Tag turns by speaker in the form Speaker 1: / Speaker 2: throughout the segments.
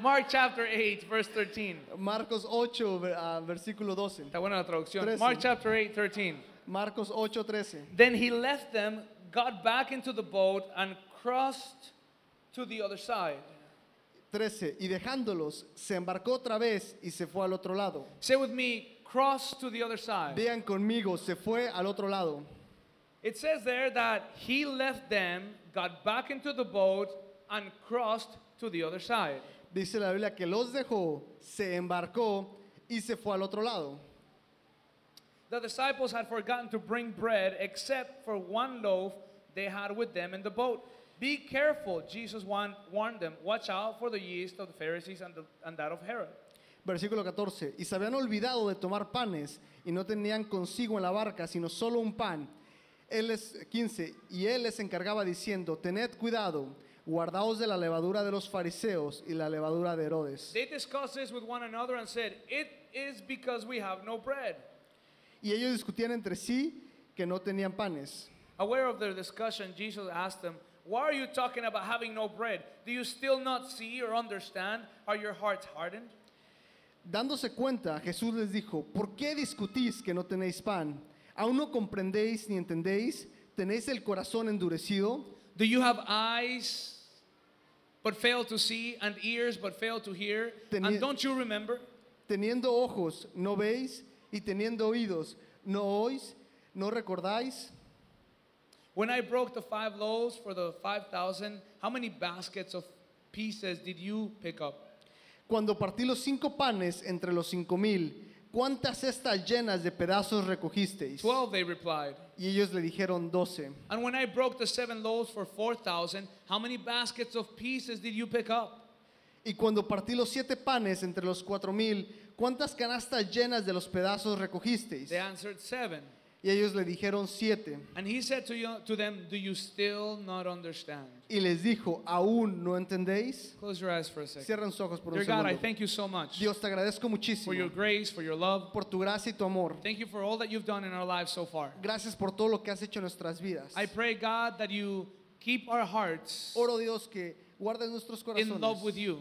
Speaker 1: Mark chapter 8, verse 13.
Speaker 2: Marcos 8, ver- ah, versículo 12.
Speaker 1: Está buena la traducción.
Speaker 2: Trece.
Speaker 1: Mark chapter 8, 13.
Speaker 2: Marcos 8, 13.
Speaker 1: Then he left them, got back into the boat, and crossed to the other side.
Speaker 2: 13. Y dejándolos, se embarcó otra vez y se fue al otro lado.
Speaker 1: Say with me, cross to the other side.
Speaker 2: Vean conmigo, se fue al otro lado.
Speaker 1: It says there that he left them, got back into the boat, and crossed to the other side.
Speaker 2: Dice la Biblia que los dejó, se embarcó y se fue al otro lado.
Speaker 1: The disciples had forgotten to bring bread except for one loaf they had with them in the boat. Be careful, Jesus wan- warned them. Watch out for the yeast of the Pharisees and, the, and that of Herod.
Speaker 2: Versículo 14. Y se habían olvidado de tomar panes y no tenían consigo en la barca, sino solo un pan. Él les, 15. Y él les encargaba diciendo, tened cuidado, guardaos de la levadura de los fariseos y la levadura de Herodes.
Speaker 1: They discussed this with one another and said, It is because we have no bread.
Speaker 2: Y ellos discutían entre sí que no tenían panes.
Speaker 1: Aware of their discussion, Jesus asked them, Why are you talking about having no bread? Do you still not see or understand? Are your hearts hardened?
Speaker 2: Dándose cuenta, Jesús les dijo, ¿por qué discutís que no tenéis pan? ¿Aún no comprendéis ni entendéis? ¿Tenéis el corazón endurecido?
Speaker 1: Do you have eyes but fail to see, and ears but fail to hear?
Speaker 2: Teni-
Speaker 1: and don't you remember?
Speaker 2: Teniendo ojos, ¿no veis? Y teniendo oídos, ¿no oís? ¿No recordáis?
Speaker 1: When I broke the five loaves for the 5,000, how many baskets of pieces did you pick up?
Speaker 2: Cuando partí los cinco panes entre los cinco mil, ¿cuántas cestas llenas de pedazos recogisteis?
Speaker 1: Twelve, they replied.
Speaker 2: Y ellos le dijeron doce.
Speaker 1: And when I broke the seven loaves for 4,000, how many baskets of pieces did you pick up?
Speaker 2: Y cuando partí los siete panes entre los cuatro mil, ¿cuántas canastas llenas de los pedazos recogisteis?
Speaker 1: They answered, Seven.
Speaker 2: Y ellos le dijeron siete.
Speaker 1: And he said to, you, to them, Do you still not understand?
Speaker 2: Y les dijo, ¿aún no entendéis?
Speaker 1: Close your eyes for a second.
Speaker 2: Cierren sus ojos por un
Speaker 1: Dear God, I
Speaker 2: segundo.
Speaker 1: thank you so much
Speaker 2: Dios, te agradezco
Speaker 1: for your
Speaker 2: muchísimo
Speaker 1: grace, for your love.
Speaker 2: por tu gracia y tu amor.
Speaker 1: Thank you for all that you've done in our lives so far.
Speaker 2: Gracias por todo lo que has hecho en nuestras vidas.
Speaker 1: I pray, God, that you keep our hearts
Speaker 2: Oro Dios que guardes nuestros
Speaker 1: in love with
Speaker 2: corazones
Speaker 1: you,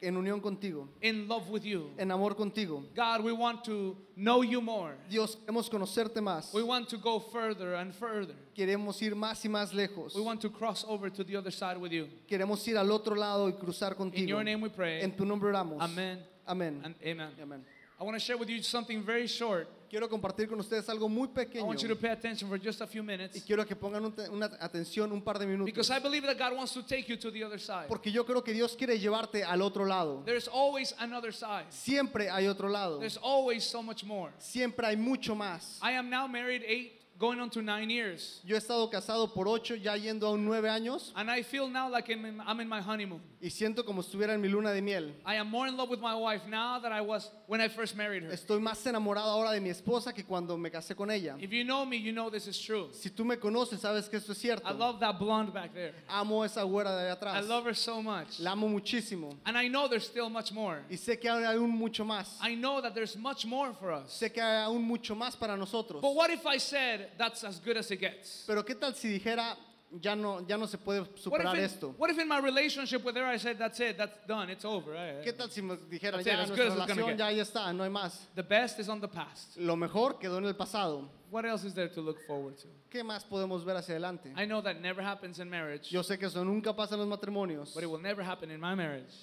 Speaker 2: en unión contigo,
Speaker 1: in love with you.
Speaker 2: en amor contigo.
Speaker 1: God, we want to know you more.
Speaker 2: Dios, queremos conocerte más.
Speaker 1: We want to go further and further.
Speaker 2: Queremos ir más y más lejos.
Speaker 1: We want to cross over to the other side with you.
Speaker 2: Queremos ir al otro lado y cruzar
Speaker 1: In
Speaker 2: contigo.
Speaker 1: your name we pray.
Speaker 2: En tu nombre oramos.
Speaker 1: Amen. And
Speaker 2: Amén.
Speaker 1: amen.
Speaker 2: Y Amén.
Speaker 1: I want to share with you something very short.
Speaker 2: Quiero compartir con ustedes algo muy
Speaker 1: I
Speaker 2: pequeño
Speaker 1: want you to pay attention for just a few
Speaker 2: y
Speaker 1: minutes
Speaker 2: quiero que pongan un te- una atención un par de minutos.
Speaker 1: because I believe that God wants to take you to the other side.
Speaker 2: Porque yo creo que Dios quiere llevarte al otro lado.
Speaker 1: There's always another side.
Speaker 2: Siempre hay otro lado.
Speaker 1: There's always so much more.
Speaker 2: Siempre hay mucho más.
Speaker 1: I am now married 8 going on to 9 years.
Speaker 2: Yo he estado casado por ocho, ya yendo a un nueve años,
Speaker 1: And I feel now like I'm in, I'm in my honeymoon.
Speaker 2: y siento como si estuviera en mi luna de miel.
Speaker 1: I am more in love with my wife now than I was when I first married her.
Speaker 2: Estoy más enamorado ahora de mi esposa que cuando me casé con ella.
Speaker 1: If you know me, you know this is true.
Speaker 2: Si tú me conoces, sabes que esto es cierto.
Speaker 1: I love that blonde back there.
Speaker 2: Amo esa güera de allá
Speaker 1: I
Speaker 2: atrás.
Speaker 1: love her so much.
Speaker 2: La amo muchísimo.
Speaker 1: And I know there's still much more.
Speaker 2: Y sé que hay aún mucho más.
Speaker 1: I know that there's much more for us.
Speaker 2: Sé que hay aún mucho más para nosotros.
Speaker 1: But what if I said that's as good as it gets?
Speaker 2: Pero qué tal si dijera, ya no, ya no se puede
Speaker 1: What if,
Speaker 2: superar
Speaker 1: in,
Speaker 2: esto.
Speaker 1: what if in my relationship with her I said that's it, that's done, it's over? eh, I-
Speaker 2: ¿Qué tal si me dijera,
Speaker 1: That's it,
Speaker 2: ya
Speaker 1: as
Speaker 2: nuestra
Speaker 1: good as it's gonna
Speaker 2: relación
Speaker 1: get.
Speaker 2: ya ahí está, no hay más?
Speaker 1: the best is on the past.
Speaker 2: Lo mejor quedó en el pasado.
Speaker 1: What else is there to look forward to?
Speaker 2: ¿Qué más podemos ver hacia adelante?
Speaker 1: I know that never happens in marriage,
Speaker 2: Yo sé que eso nunca pasa en los matrimonios,
Speaker 1: but it will never happen in my marriage.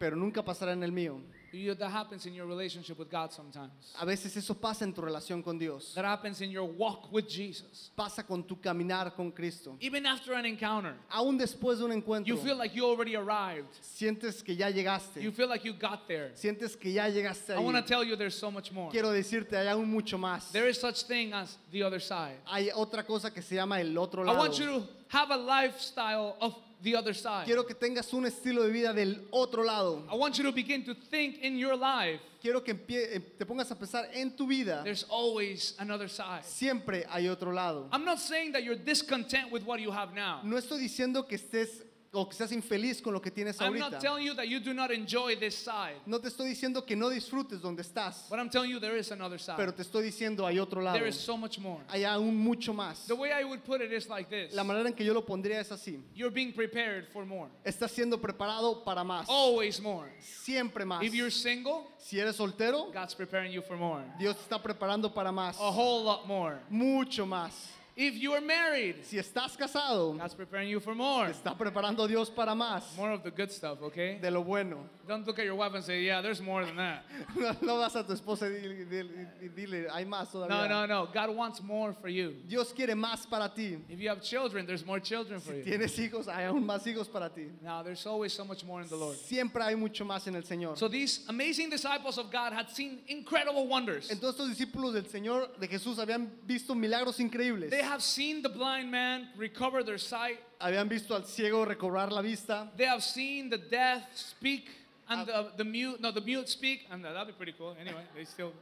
Speaker 2: pero nunca pasará en el mío.
Speaker 1: You- that happens in your relationship with God sometimes.
Speaker 2: A veces eso pasa en tu relación con Dios.
Speaker 1: That happens in your walk with Jesus.
Speaker 2: Pasa con tu caminar con Cristo.
Speaker 1: Even after an encounter,
Speaker 2: Aún después de un encuentro,
Speaker 1: you feel like you already arrived.
Speaker 2: sientes que ya
Speaker 1: You
Speaker 2: llegaste.
Speaker 1: feel like you got there.
Speaker 2: Sientes que ya llegaste
Speaker 1: I want to
Speaker 2: ahí.
Speaker 1: tell you there's so much more.
Speaker 2: Quiero decirte, hay aún mucho más.
Speaker 1: There is such thing as the other side.
Speaker 2: Hay otra cosa que se llama el otro
Speaker 1: I
Speaker 2: lado.
Speaker 1: want you to have a lifestyle of the other side.
Speaker 2: Quiero que tengas un estilo de vida del otro lado.
Speaker 1: I want you to begin to think in your life
Speaker 2: Quiero que empie- eh, te pongas a pensar en tu vida.
Speaker 1: there's always another side.
Speaker 2: Siempre hay otro lado.
Speaker 1: I'm not saying that you're discontent with what you have now.
Speaker 2: No estoy diciendo que estés o que seas infeliz con lo que tienes
Speaker 1: I'm not
Speaker 2: ahorita.
Speaker 1: telling you that you do not enjoy this side,
Speaker 2: No te estoy diciendo que no disfrutes donde estás,
Speaker 1: but I'm telling you there is another
Speaker 2: pero
Speaker 1: side.
Speaker 2: te estoy diciendo hay otro lado.
Speaker 1: There is so much more.
Speaker 2: Hay aún mucho más.
Speaker 1: The way I would put it is like this
Speaker 2: La manera en que yo lo pondría es así.
Speaker 1: You're being prepared for more,
Speaker 2: Estás siendo preparado para más.
Speaker 1: always more.
Speaker 2: Siempre más.
Speaker 1: Oh. If you're single,
Speaker 2: Si eres soltero,
Speaker 1: God's preparing you for more,
Speaker 2: Dios te está preparando para más.
Speaker 1: a whole lot more.
Speaker 2: Mucho más.
Speaker 1: If you are married,
Speaker 2: Si estás casado,
Speaker 1: God's preparing you for more.
Speaker 2: te está preparando Dios para más
Speaker 1: More of the good stuff, okay?
Speaker 2: de lo bueno.
Speaker 1: Don't look at your wife and say, yeah, there's more than that.
Speaker 2: No, no vas a tu esposa y dile, dile- y dile, hay más
Speaker 1: No,
Speaker 2: todavía.
Speaker 1: no, no. God wants more for you.
Speaker 2: Dios quiere más para ti.
Speaker 1: If you have children, there's more children for you.
Speaker 2: Tienes hijos, hay aún más hijos para ti.
Speaker 1: Now, there's always so much more in the Lord.
Speaker 2: Siempre hay mucho más en el Señor.
Speaker 1: So these amazing disciples of God had seen incredible wonders.
Speaker 2: Entonces los discípulos del Señor de Jesús habían visto milagros increíbles.
Speaker 1: They have seen the blind man recover their sight.
Speaker 2: Habían visto al ciego recobrar la vista.
Speaker 1: They have seen the deaf speak and the, the mute, no, the mute speak. And that'd be pretty cool. Anyway, they still,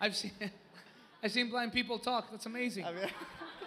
Speaker 1: I've seen, I've seen blind people talk. That's amazing.
Speaker 2: Había-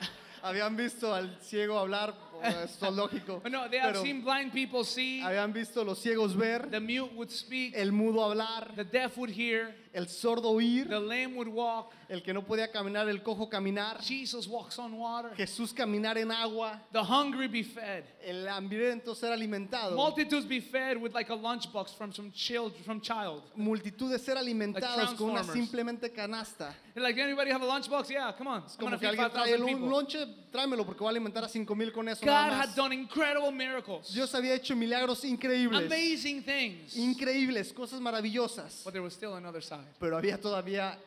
Speaker 2: habían visto al ciego hablar. Esto es lógico.
Speaker 1: But no, they have
Speaker 2: pero
Speaker 1: seen blind people see.
Speaker 2: habían visto los ciegos ver,
Speaker 1: The mute would speak.
Speaker 2: el mudo hablar,
Speaker 1: The deaf would hear.
Speaker 2: el sordo oír,
Speaker 1: The lame would walk.
Speaker 2: el que no podía caminar, el cojo caminar,
Speaker 1: Jesus walks on water.
Speaker 2: Jesús caminar en agua.
Speaker 1: The hungry be fed.
Speaker 2: El hambriento ser alimentado.
Speaker 1: Multitudes be fed with like a lunchbox from some child, from child.
Speaker 2: Multitud de ser alimentados con una
Speaker 1: Transformers.
Speaker 2: simplemente canasta.
Speaker 1: They're like, anybody have a lunchbox? Yeah, come on. I'm gonna
Speaker 2: Como que
Speaker 1: feed
Speaker 2: alguien trae
Speaker 1: 5,000
Speaker 2: un
Speaker 1: people.
Speaker 2: lonche, tráemelo porque voy a alimentar a 5 mil con eso.
Speaker 1: God
Speaker 2: Nada
Speaker 1: had
Speaker 2: más.
Speaker 1: done incredible miracles,
Speaker 2: Dios había hecho milagros increíbles,
Speaker 1: amazing things.
Speaker 2: increíbles, cosas maravillosas.
Speaker 1: But there was still another side.
Speaker 2: Pero había todavía,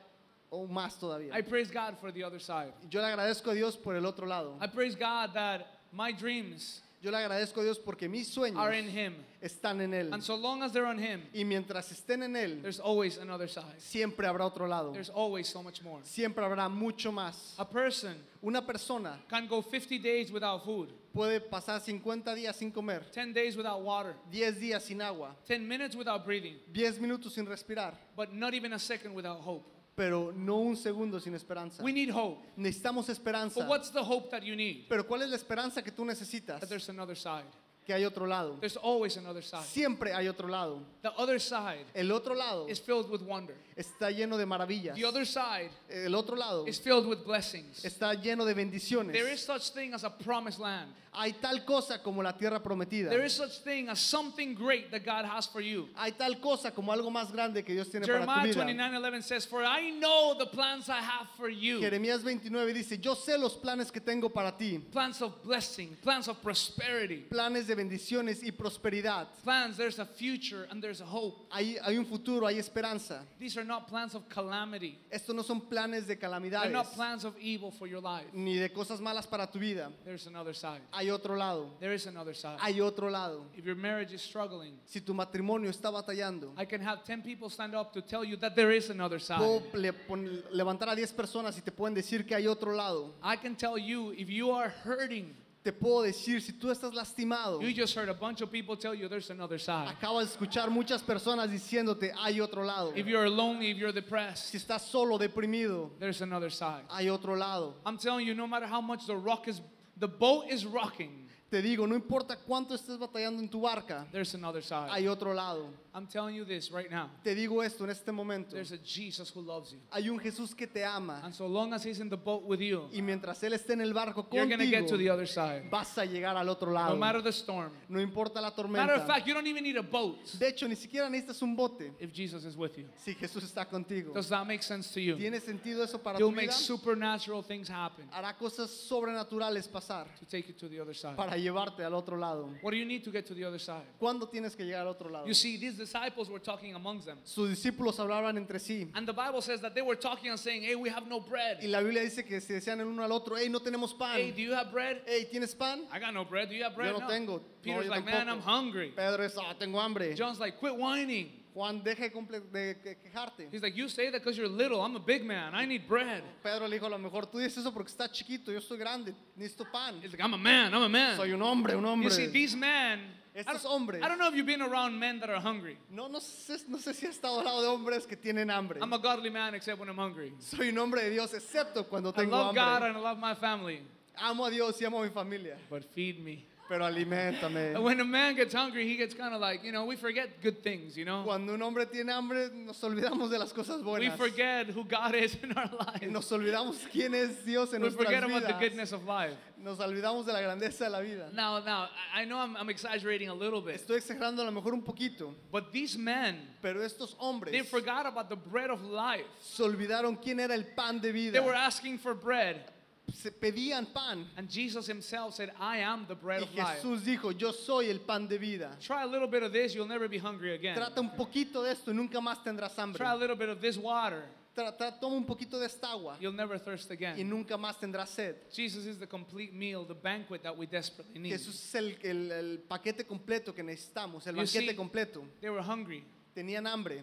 Speaker 2: o más todavía.
Speaker 1: I praise God for the other side.
Speaker 2: Yo le agradezco a Dios por el otro lado.
Speaker 1: I praise God that my dreams
Speaker 2: Yo le agradezco a Dios porque mis sueños
Speaker 1: are in Him.
Speaker 2: están en Él.
Speaker 1: And so long as they're on Him,
Speaker 2: Y mientras estén en Él,
Speaker 1: there's always another side.
Speaker 2: siempre habrá otro lado.
Speaker 1: There's always so much more.
Speaker 2: Siempre habrá mucho más.
Speaker 1: A person
Speaker 2: Una persona
Speaker 1: can go 50 days without food,
Speaker 2: puede pasar 50 días sin comer,
Speaker 1: 10 days without water,
Speaker 2: 10 días sin agua,
Speaker 1: 10 minutes without breathing,
Speaker 2: 10 minutos sin respirar,
Speaker 1: but not even a second without hope.
Speaker 2: pero no un segundo sin esperanza.
Speaker 1: We need hope.
Speaker 2: Necesitamos esperanza.
Speaker 1: But what's the hope that you need?
Speaker 2: Pero ¿cuál es la esperanza que tú necesitas?
Speaker 1: That there's another side.
Speaker 2: Que hay otro lado.
Speaker 1: There's always another side.
Speaker 2: Siempre hay otro lado.
Speaker 1: The other side
Speaker 2: El otro lado
Speaker 1: is filled with wonder.
Speaker 2: está lleno de maravillas.
Speaker 1: The other side
Speaker 2: El otro lado
Speaker 1: is filled with blessings.
Speaker 2: está lleno de
Speaker 1: There is
Speaker 2: bendiciones.
Speaker 1: such thing as a promised land.
Speaker 2: Hay tal cosa como la tierra prometida.
Speaker 1: There is such thing as something great that God has for you.
Speaker 2: Hay tal cosa como algo más grande que Dios tiene para tu
Speaker 1: Jeremiah
Speaker 2: vida.
Speaker 1: 29:11 says, "For I know the plans I have for you,
Speaker 2: Jeremías 29 dice, yo sé los planes que tengo para ti,
Speaker 1: plans of blessing, plans of prosperity,
Speaker 2: planes de bendiciones y prosperidad.
Speaker 1: plans there's a future and there's a hope.
Speaker 2: Hay, hay un futuro, hay esperanza.
Speaker 1: These are not plans of calamity.
Speaker 2: Estos no son planes de
Speaker 1: They're
Speaker 2: calamidades
Speaker 1: not plans of evil for your life.
Speaker 2: ni de cosas malas para tu vida.
Speaker 1: There's another side.
Speaker 2: Hay otro lado,
Speaker 1: There is another side.
Speaker 2: hay otro lado.
Speaker 1: If your marriage is struggling,
Speaker 2: Si tu matrimonio está batallando,
Speaker 1: I can have 10 people stand up to tell you that there is another
Speaker 2: puedo
Speaker 1: side.
Speaker 2: le- pon- levantar a 10 personas y te pueden decir que hay otro lado.
Speaker 1: I can tell you if you are hurting,
Speaker 2: Te puedo decir, si tú estás lastimado,
Speaker 1: you just heard a bunch of people tell you there's another side.
Speaker 2: acabas de escuchar muchas personas diciéndote, hay otro lado.
Speaker 1: If you're lonely, if you're
Speaker 2: Si
Speaker 1: depressed,
Speaker 2: estás solo, deprimido,
Speaker 1: there's another side.
Speaker 2: hay otro lado.
Speaker 1: I'm telling you, no matter how much the rock is, the boat is rocking,
Speaker 2: Te digo, no importa cuánto estés batallando en tu barca,
Speaker 1: there's another side.
Speaker 2: hay otro lado.
Speaker 1: I'm telling you this right now.
Speaker 2: Te digo esto en este momento.
Speaker 1: There's a Jesus who loves you.
Speaker 2: Hay un Jesús que te ama
Speaker 1: And so long as he's in the boat with you,
Speaker 2: y mientras Él esté en el barco
Speaker 1: you're going to get to the
Speaker 2: contigo,
Speaker 1: other side.
Speaker 2: vas a llegar al otro
Speaker 1: No
Speaker 2: lado.
Speaker 1: matter the storm.
Speaker 2: No importa la
Speaker 1: Matter of
Speaker 2: tormenta.
Speaker 1: fact, you don't even need a boat
Speaker 2: De hecho, ni siquiera necesitas un bote
Speaker 1: if Jesus is with you.
Speaker 2: si Jesús está contigo.
Speaker 1: Does that make sense to you?
Speaker 2: ¿Tiene sentido eso para
Speaker 1: He'll
Speaker 2: tu
Speaker 1: make
Speaker 2: vida?
Speaker 1: supernatural things happen
Speaker 2: Hará cosas sobrenaturales pasar
Speaker 1: to take you to the other side.
Speaker 2: para llevarte al otro lado.
Speaker 1: What do you need to get to the other side?
Speaker 2: ¿Cuándo tienes que llegar al otro lado?
Speaker 1: You see, these disciples were talking amongst them.
Speaker 2: Sus discípulos hablaban entre sí.
Speaker 1: And the Bible says that they were talking and saying, hey, we have no
Speaker 2: Y
Speaker 1: bread.
Speaker 2: la Biblia dice que se decían el uno al otro, hey, no tenemos pan.
Speaker 1: Hey, do you have bread?
Speaker 2: Hey, ¿tienes pan?
Speaker 1: I got no bread. Do you have bread?
Speaker 2: Yo no tengo. No,
Speaker 1: Peter's
Speaker 2: yo
Speaker 1: like, man,
Speaker 2: tampoco."
Speaker 1: I'm hungry.
Speaker 2: Pedro es, ah, tengo hambre.
Speaker 1: John's like, quit whining.
Speaker 2: Juan, deja de comple- de que- quejarte.
Speaker 1: He's like, you say that because you're little. I'm a big man. I need bread.
Speaker 2: Pedro le dijo, a lo mejor tú dices eso porque estás chiquito, yo estoy grande, necesito pan.
Speaker 1: He's like, I'm a man. I'm a man.
Speaker 2: Soy un hombre, un
Speaker 1: you
Speaker 2: hombre.
Speaker 1: see, these men, I
Speaker 2: Estos
Speaker 1: don't-
Speaker 2: hombres.
Speaker 1: I don't know if you've been around men that are hungry.
Speaker 2: No, no sé, no sé si he estado al lado de hombres que tienen hambre.
Speaker 1: I'm a godly man except when I'm hungry.
Speaker 2: Soy un hombre de Dios, excepto cuando
Speaker 1: I
Speaker 2: tengo
Speaker 1: love God
Speaker 2: hambre.
Speaker 1: and I love my family,
Speaker 2: Amo a Dios y amo a mi familia,
Speaker 1: but feed me.
Speaker 2: pero aliméntame.
Speaker 1: And when a man gets hungry, he gets kind of like, you know, we forget good things, you know?
Speaker 2: Cuando un hombre tiene hambre, nos olvidamos de las cosas
Speaker 1: We
Speaker 2: buenas.
Speaker 1: forget who God is in our lives.
Speaker 2: Nos olvidamos quién es Dios en
Speaker 1: We
Speaker 2: nuestras
Speaker 1: forget about the
Speaker 2: vidas.
Speaker 1: goodness of life.
Speaker 2: Nos olvidamos de la grandeza de la vida.
Speaker 1: Now, now, I- I know I'm, I'm exaggerating a little bit,
Speaker 2: Estoy exagerando a lo mejor un poquito,
Speaker 1: but these men,
Speaker 2: pero estos
Speaker 1: they
Speaker 2: hombres
Speaker 1: forgot about the bread of life.
Speaker 2: se olvidaron quién era el pan de
Speaker 1: They were
Speaker 2: vida.
Speaker 1: asking for bread,
Speaker 2: Se pedían pan
Speaker 1: and Jesus himself said, I am the bread
Speaker 2: y
Speaker 1: of life.
Speaker 2: Jesús dijo, yo soy el pan de vida.
Speaker 1: Try a little bit of this, you'll never be hungry again.
Speaker 2: Trata un poquito de esto y nunca más tendrás hambre.
Speaker 1: Try a little bit of this water,
Speaker 2: Tra- tra- toma un poquito de esta agua
Speaker 1: you'll never thirst
Speaker 2: y
Speaker 1: again.
Speaker 2: nunca más tendrás sed.
Speaker 1: Jesus is the complete meal, the banquet that we desperately need.
Speaker 2: Jesús es el, el- el paquete completo que necesitamos, el
Speaker 1: You see-
Speaker 2: banquete completo.
Speaker 1: They were hungry,
Speaker 2: Tenían hambre,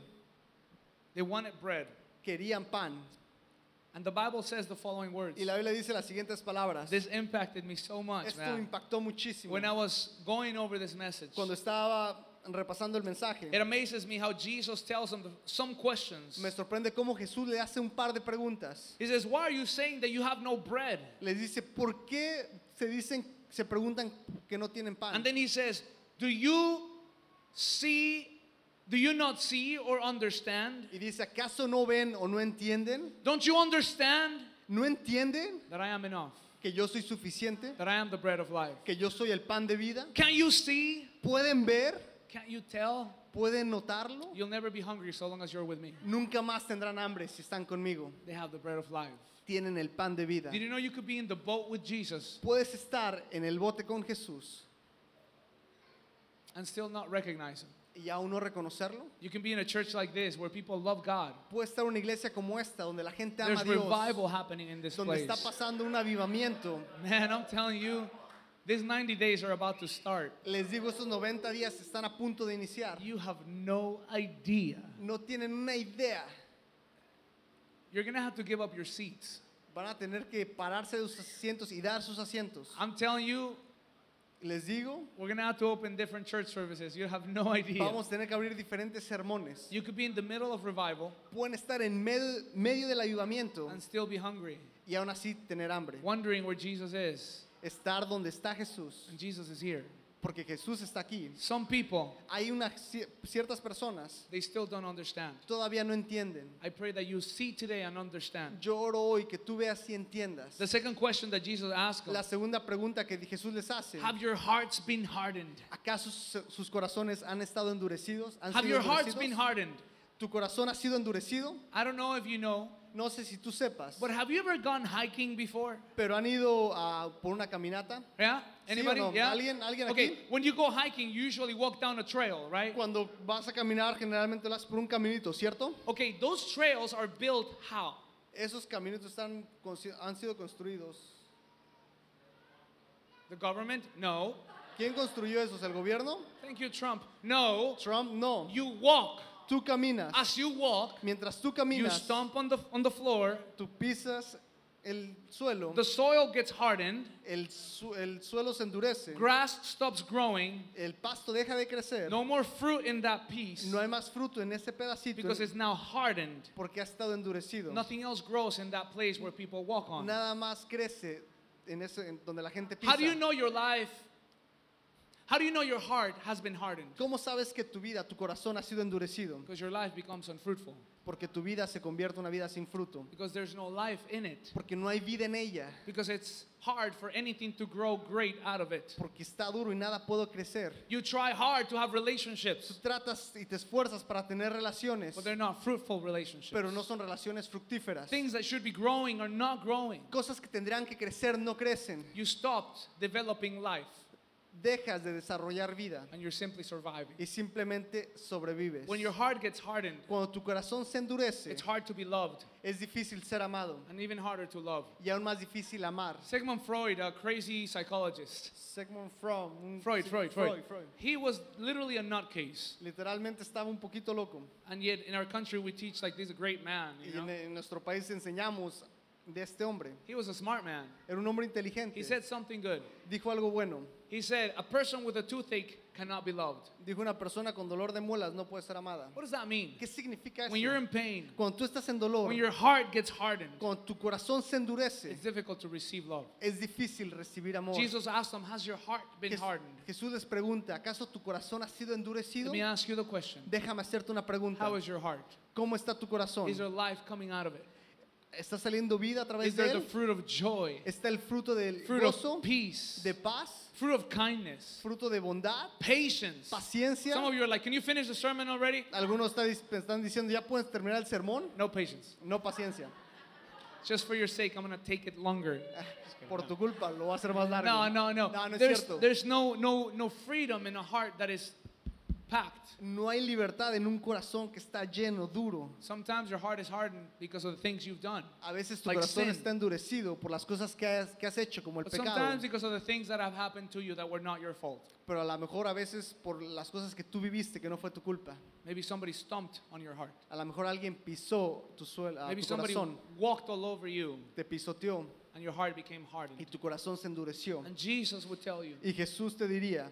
Speaker 1: they wanted bread.
Speaker 2: querían pan.
Speaker 1: And the Bible says the following words.
Speaker 2: Y la Biblia dice las siguientes palabras.
Speaker 1: This impacted me so much,
Speaker 2: Esto
Speaker 1: man.
Speaker 2: impactó muchísimo.
Speaker 1: When I was going over this message,
Speaker 2: Cuando estaba repasando el mensaje,
Speaker 1: it amazes me how Jesus tells them the- some questions.
Speaker 2: me sorprende cómo Jesús le hace un par de preguntas.
Speaker 1: He says, Why are you saying that you have no bread?
Speaker 2: Les dice, ¿por qué se dicen, se preguntan que no tienen pan?
Speaker 1: And then he says, Do you see, do you not see or understand?
Speaker 2: Y dice, ¿acaso no ven o no entienden?
Speaker 1: Don't you understand
Speaker 2: ¿No entienden
Speaker 1: that I am enough,
Speaker 2: que yo soy suficiente?
Speaker 1: that I am the bread of life?
Speaker 2: ¿Que yo soy el pan de vida?
Speaker 1: Can you see?
Speaker 2: ¿Pueden ver?
Speaker 1: Can't you tell?
Speaker 2: ¿Pueden notarlo?
Speaker 1: You'll never be hungry so long as you're with me.
Speaker 2: Nunca más tendrán hambre si están conmigo.
Speaker 1: They have the bread of life.
Speaker 2: Tienen el pan de vida.
Speaker 1: Did you know you could be in the boat with Jesus
Speaker 2: Puedes estar en el bote con Jesús
Speaker 1: and still not recognize him?
Speaker 2: y aún no reconocerlo.
Speaker 1: You can be in a church like this where people love God.
Speaker 2: Puedes estar en una iglesia como esta donde la gente ama
Speaker 1: There's
Speaker 2: a Dios,
Speaker 1: revival happening in this
Speaker 2: donde
Speaker 1: place.
Speaker 2: está pasando un avivamiento.
Speaker 1: Man, I'm telling you, these 90 days are about to start.
Speaker 2: Les digo, estos 90 días están a punto de iniciar.
Speaker 1: You have no idea.
Speaker 2: No tienen una idea.
Speaker 1: You're going to have to give up your seats.
Speaker 2: Van a tener que pararse de sus asientos y dar sus asientos.
Speaker 1: I'm telling you,
Speaker 2: Les digo,
Speaker 1: we're going to have to open different church services. You have no idea.
Speaker 2: vamos a tener que abrir diferentes sermones.
Speaker 1: You could be in the middle of revival
Speaker 2: Pueden estar en med- medio del avivamiento
Speaker 1: and still be hungry,
Speaker 2: y aún así tener hambre.
Speaker 1: wondering where Jesus is.
Speaker 2: Estar donde está Jesús,
Speaker 1: And Jesus is here.
Speaker 2: porque Jesús está aquí.
Speaker 1: Some people,
Speaker 2: Hay unas ci- ciertas personas
Speaker 1: they still don't understand.
Speaker 2: todavía no entienden.
Speaker 1: I pray that you see today and understand.
Speaker 2: Yo oro hoy que tú veas y entiendas.
Speaker 1: The second question that Jesus asked them,
Speaker 2: La segunda pregunta que Jesús les hace,
Speaker 1: Have your hearts been hardened?
Speaker 2: ¿acaso su- sus corazones han estado endurecidos? ¿Han
Speaker 1: Have
Speaker 2: sido
Speaker 1: your hearts been
Speaker 2: endurecidos?
Speaker 1: hardened?
Speaker 2: ¿Tu corazón ha sido endurecido?
Speaker 1: I don't know if you know,
Speaker 2: No sé si tú sepas,
Speaker 1: but have you ever gone hiking before?
Speaker 2: pero han ido a- por una caminata.
Speaker 1: Yeah?
Speaker 2: Sí o
Speaker 1: Anybody?
Speaker 2: no?
Speaker 1: Yeah?
Speaker 2: ¿Alguien- alguien
Speaker 1: okay,
Speaker 2: aquí?
Speaker 1: when you go hiking, you usually walk down a trail, right?
Speaker 2: Cuando vas a caminar, generalmente lo haces por un caminito, ¿cierto?
Speaker 1: Okay, those trails are built how?
Speaker 2: Esos caminitos están, consi- han sido construidos.
Speaker 1: The government? No.
Speaker 2: ¿Quién construyó esos? ¿El gobierno?
Speaker 1: Thank you, Trump. No.
Speaker 2: Trump, no.
Speaker 1: You walk.
Speaker 2: Tú caminas.
Speaker 1: As you walk,
Speaker 2: Mientras tú
Speaker 1: Ah, you
Speaker 2: caminas,
Speaker 1: stomp on the on the floor.
Speaker 2: tú pisas el suelo,
Speaker 1: The soil gets hardened.
Speaker 2: el, su- el suelo se endurece,
Speaker 1: Grass stops growing.
Speaker 2: el pasto deja de crecer,
Speaker 1: No more fruit in that piece
Speaker 2: no hay más fruto en ese pedacito
Speaker 1: because it's now hardened.
Speaker 2: porque ha estado endurecido.
Speaker 1: Nothing else grows in that place where people walk on.
Speaker 2: Nada más crece en ese en donde la gente pisa.
Speaker 1: How do you know your life? How do you know your heart has been hardened?
Speaker 2: ¿Cómo sabes que tu vida, tu corazón ha sido endurecido?
Speaker 1: Because your life becomes unfruitful.
Speaker 2: Porque tu vida se convierte en una vida sin fruto,
Speaker 1: Because there's no life in it.
Speaker 2: porque no hay vida en ella,
Speaker 1: Because it's hard for anything to grow great out of it.
Speaker 2: porque está duro y nada puedo crecer.
Speaker 1: You try hard to have relationships,
Speaker 2: Tratas y te esfuerzas para tener relaciones,
Speaker 1: but they're not fruitful relationships.
Speaker 2: pero no son relaciones fructíferas.
Speaker 1: Things that should be growing are not growing.
Speaker 2: Cosas que tendrán que crecer no crecen.
Speaker 1: You stopped developing life
Speaker 2: Dejas de desarrollar vida
Speaker 1: and you're simply surviving.
Speaker 2: y simplemente sobrevives.
Speaker 1: When your heart gets hardened,
Speaker 2: Cuando tu corazón se endurece,
Speaker 1: it's hard to be loved
Speaker 2: es difícil ser amado
Speaker 1: and even harder to love.
Speaker 2: y aún más difícil amar.
Speaker 1: Sigmund Freud, a crazy psychologist,
Speaker 2: Sigmund Freud, un-
Speaker 1: Freud,
Speaker 2: sí,
Speaker 1: Freud, Freud.
Speaker 2: Freud.
Speaker 1: He was literally a nutcase.
Speaker 2: Literalmente estaba un poquito loco.
Speaker 1: And yet in our country we teach like this great man,
Speaker 2: Y
Speaker 1: you know?
Speaker 2: en, en nuestro país enseñamos de este hombre.
Speaker 1: He was a smart man.
Speaker 2: Era un hombre
Speaker 1: He
Speaker 2: inteligente.
Speaker 1: said something good.
Speaker 2: Dijo algo bueno.
Speaker 1: He said, A person with a toothache cannot be loved.
Speaker 2: Dijo una persona con dolor de muelas no puede ser amada.
Speaker 1: What does that mean?
Speaker 2: ¿Qué significa eso?
Speaker 1: When you're in pain,
Speaker 2: Cuando tú estás en dolor,
Speaker 1: when your heart gets hardened,
Speaker 2: cuando tu corazón se endurece,
Speaker 1: it's difficult to receive love.
Speaker 2: es difícil recibir amor.
Speaker 1: Jesus asked them, Has your heart been
Speaker 2: Jes-
Speaker 1: hardened?
Speaker 2: Jesús les pregunta, ¿acaso tu corazón ha sido endurecido?
Speaker 1: Let me ask you the question
Speaker 2: Déjame hacerte una pregunta.
Speaker 1: How is your heart?
Speaker 2: ¿Cómo está tu corazón?
Speaker 1: Is there life coming out of it?
Speaker 2: ¿Está saliendo vida a través
Speaker 1: Is
Speaker 2: de
Speaker 1: there the
Speaker 2: él?
Speaker 1: fruit of joy,
Speaker 2: ¿Está el fruto del
Speaker 1: fruit
Speaker 2: gozo,
Speaker 1: of peace,
Speaker 2: de paz,
Speaker 1: fruit of kindness,
Speaker 2: fruto de bondad,
Speaker 1: patience?
Speaker 2: paciencia?
Speaker 1: Some of you are like, Can you finish the sermon already?
Speaker 2: Algunos está dis- están diciendo, ¿ya puedes terminar el sermón?
Speaker 1: No patience.
Speaker 2: No paciencia.
Speaker 1: Just for your sake, I'm going to take it longer.
Speaker 2: Por tu culpa lo va a hacer más largo.
Speaker 1: No, no, no.
Speaker 2: No, no es
Speaker 1: there's,
Speaker 2: cierto.
Speaker 1: there's no, no, no freedom in a heart that is packed.
Speaker 2: No hay libertad en un corazón que está lleno, duro.
Speaker 1: Sometimes your heart is hardened because of the things you've done.
Speaker 2: A veces tu
Speaker 1: Like
Speaker 2: corazón
Speaker 1: sin.
Speaker 2: está endurecido por las cosas que has, que has hecho, como el
Speaker 1: But sometimes
Speaker 2: pecado.
Speaker 1: because of the things that have happened to you that were not your fault.
Speaker 2: Pero a lo mejor a veces por las cosas que tú viviste que no fue tu culpa.
Speaker 1: Maybe somebody stomped on your heart.
Speaker 2: A lo mejor alguien pisó tu, suel- a
Speaker 1: Maybe
Speaker 2: Ah, tu
Speaker 1: somebody
Speaker 2: corazón,
Speaker 1: walked all over you
Speaker 2: te pisoteó
Speaker 1: and your heart became
Speaker 2: y
Speaker 1: hardened.
Speaker 2: tu corazón se endureció.
Speaker 1: And Jesus would tell you,
Speaker 2: Y Jesús te diría,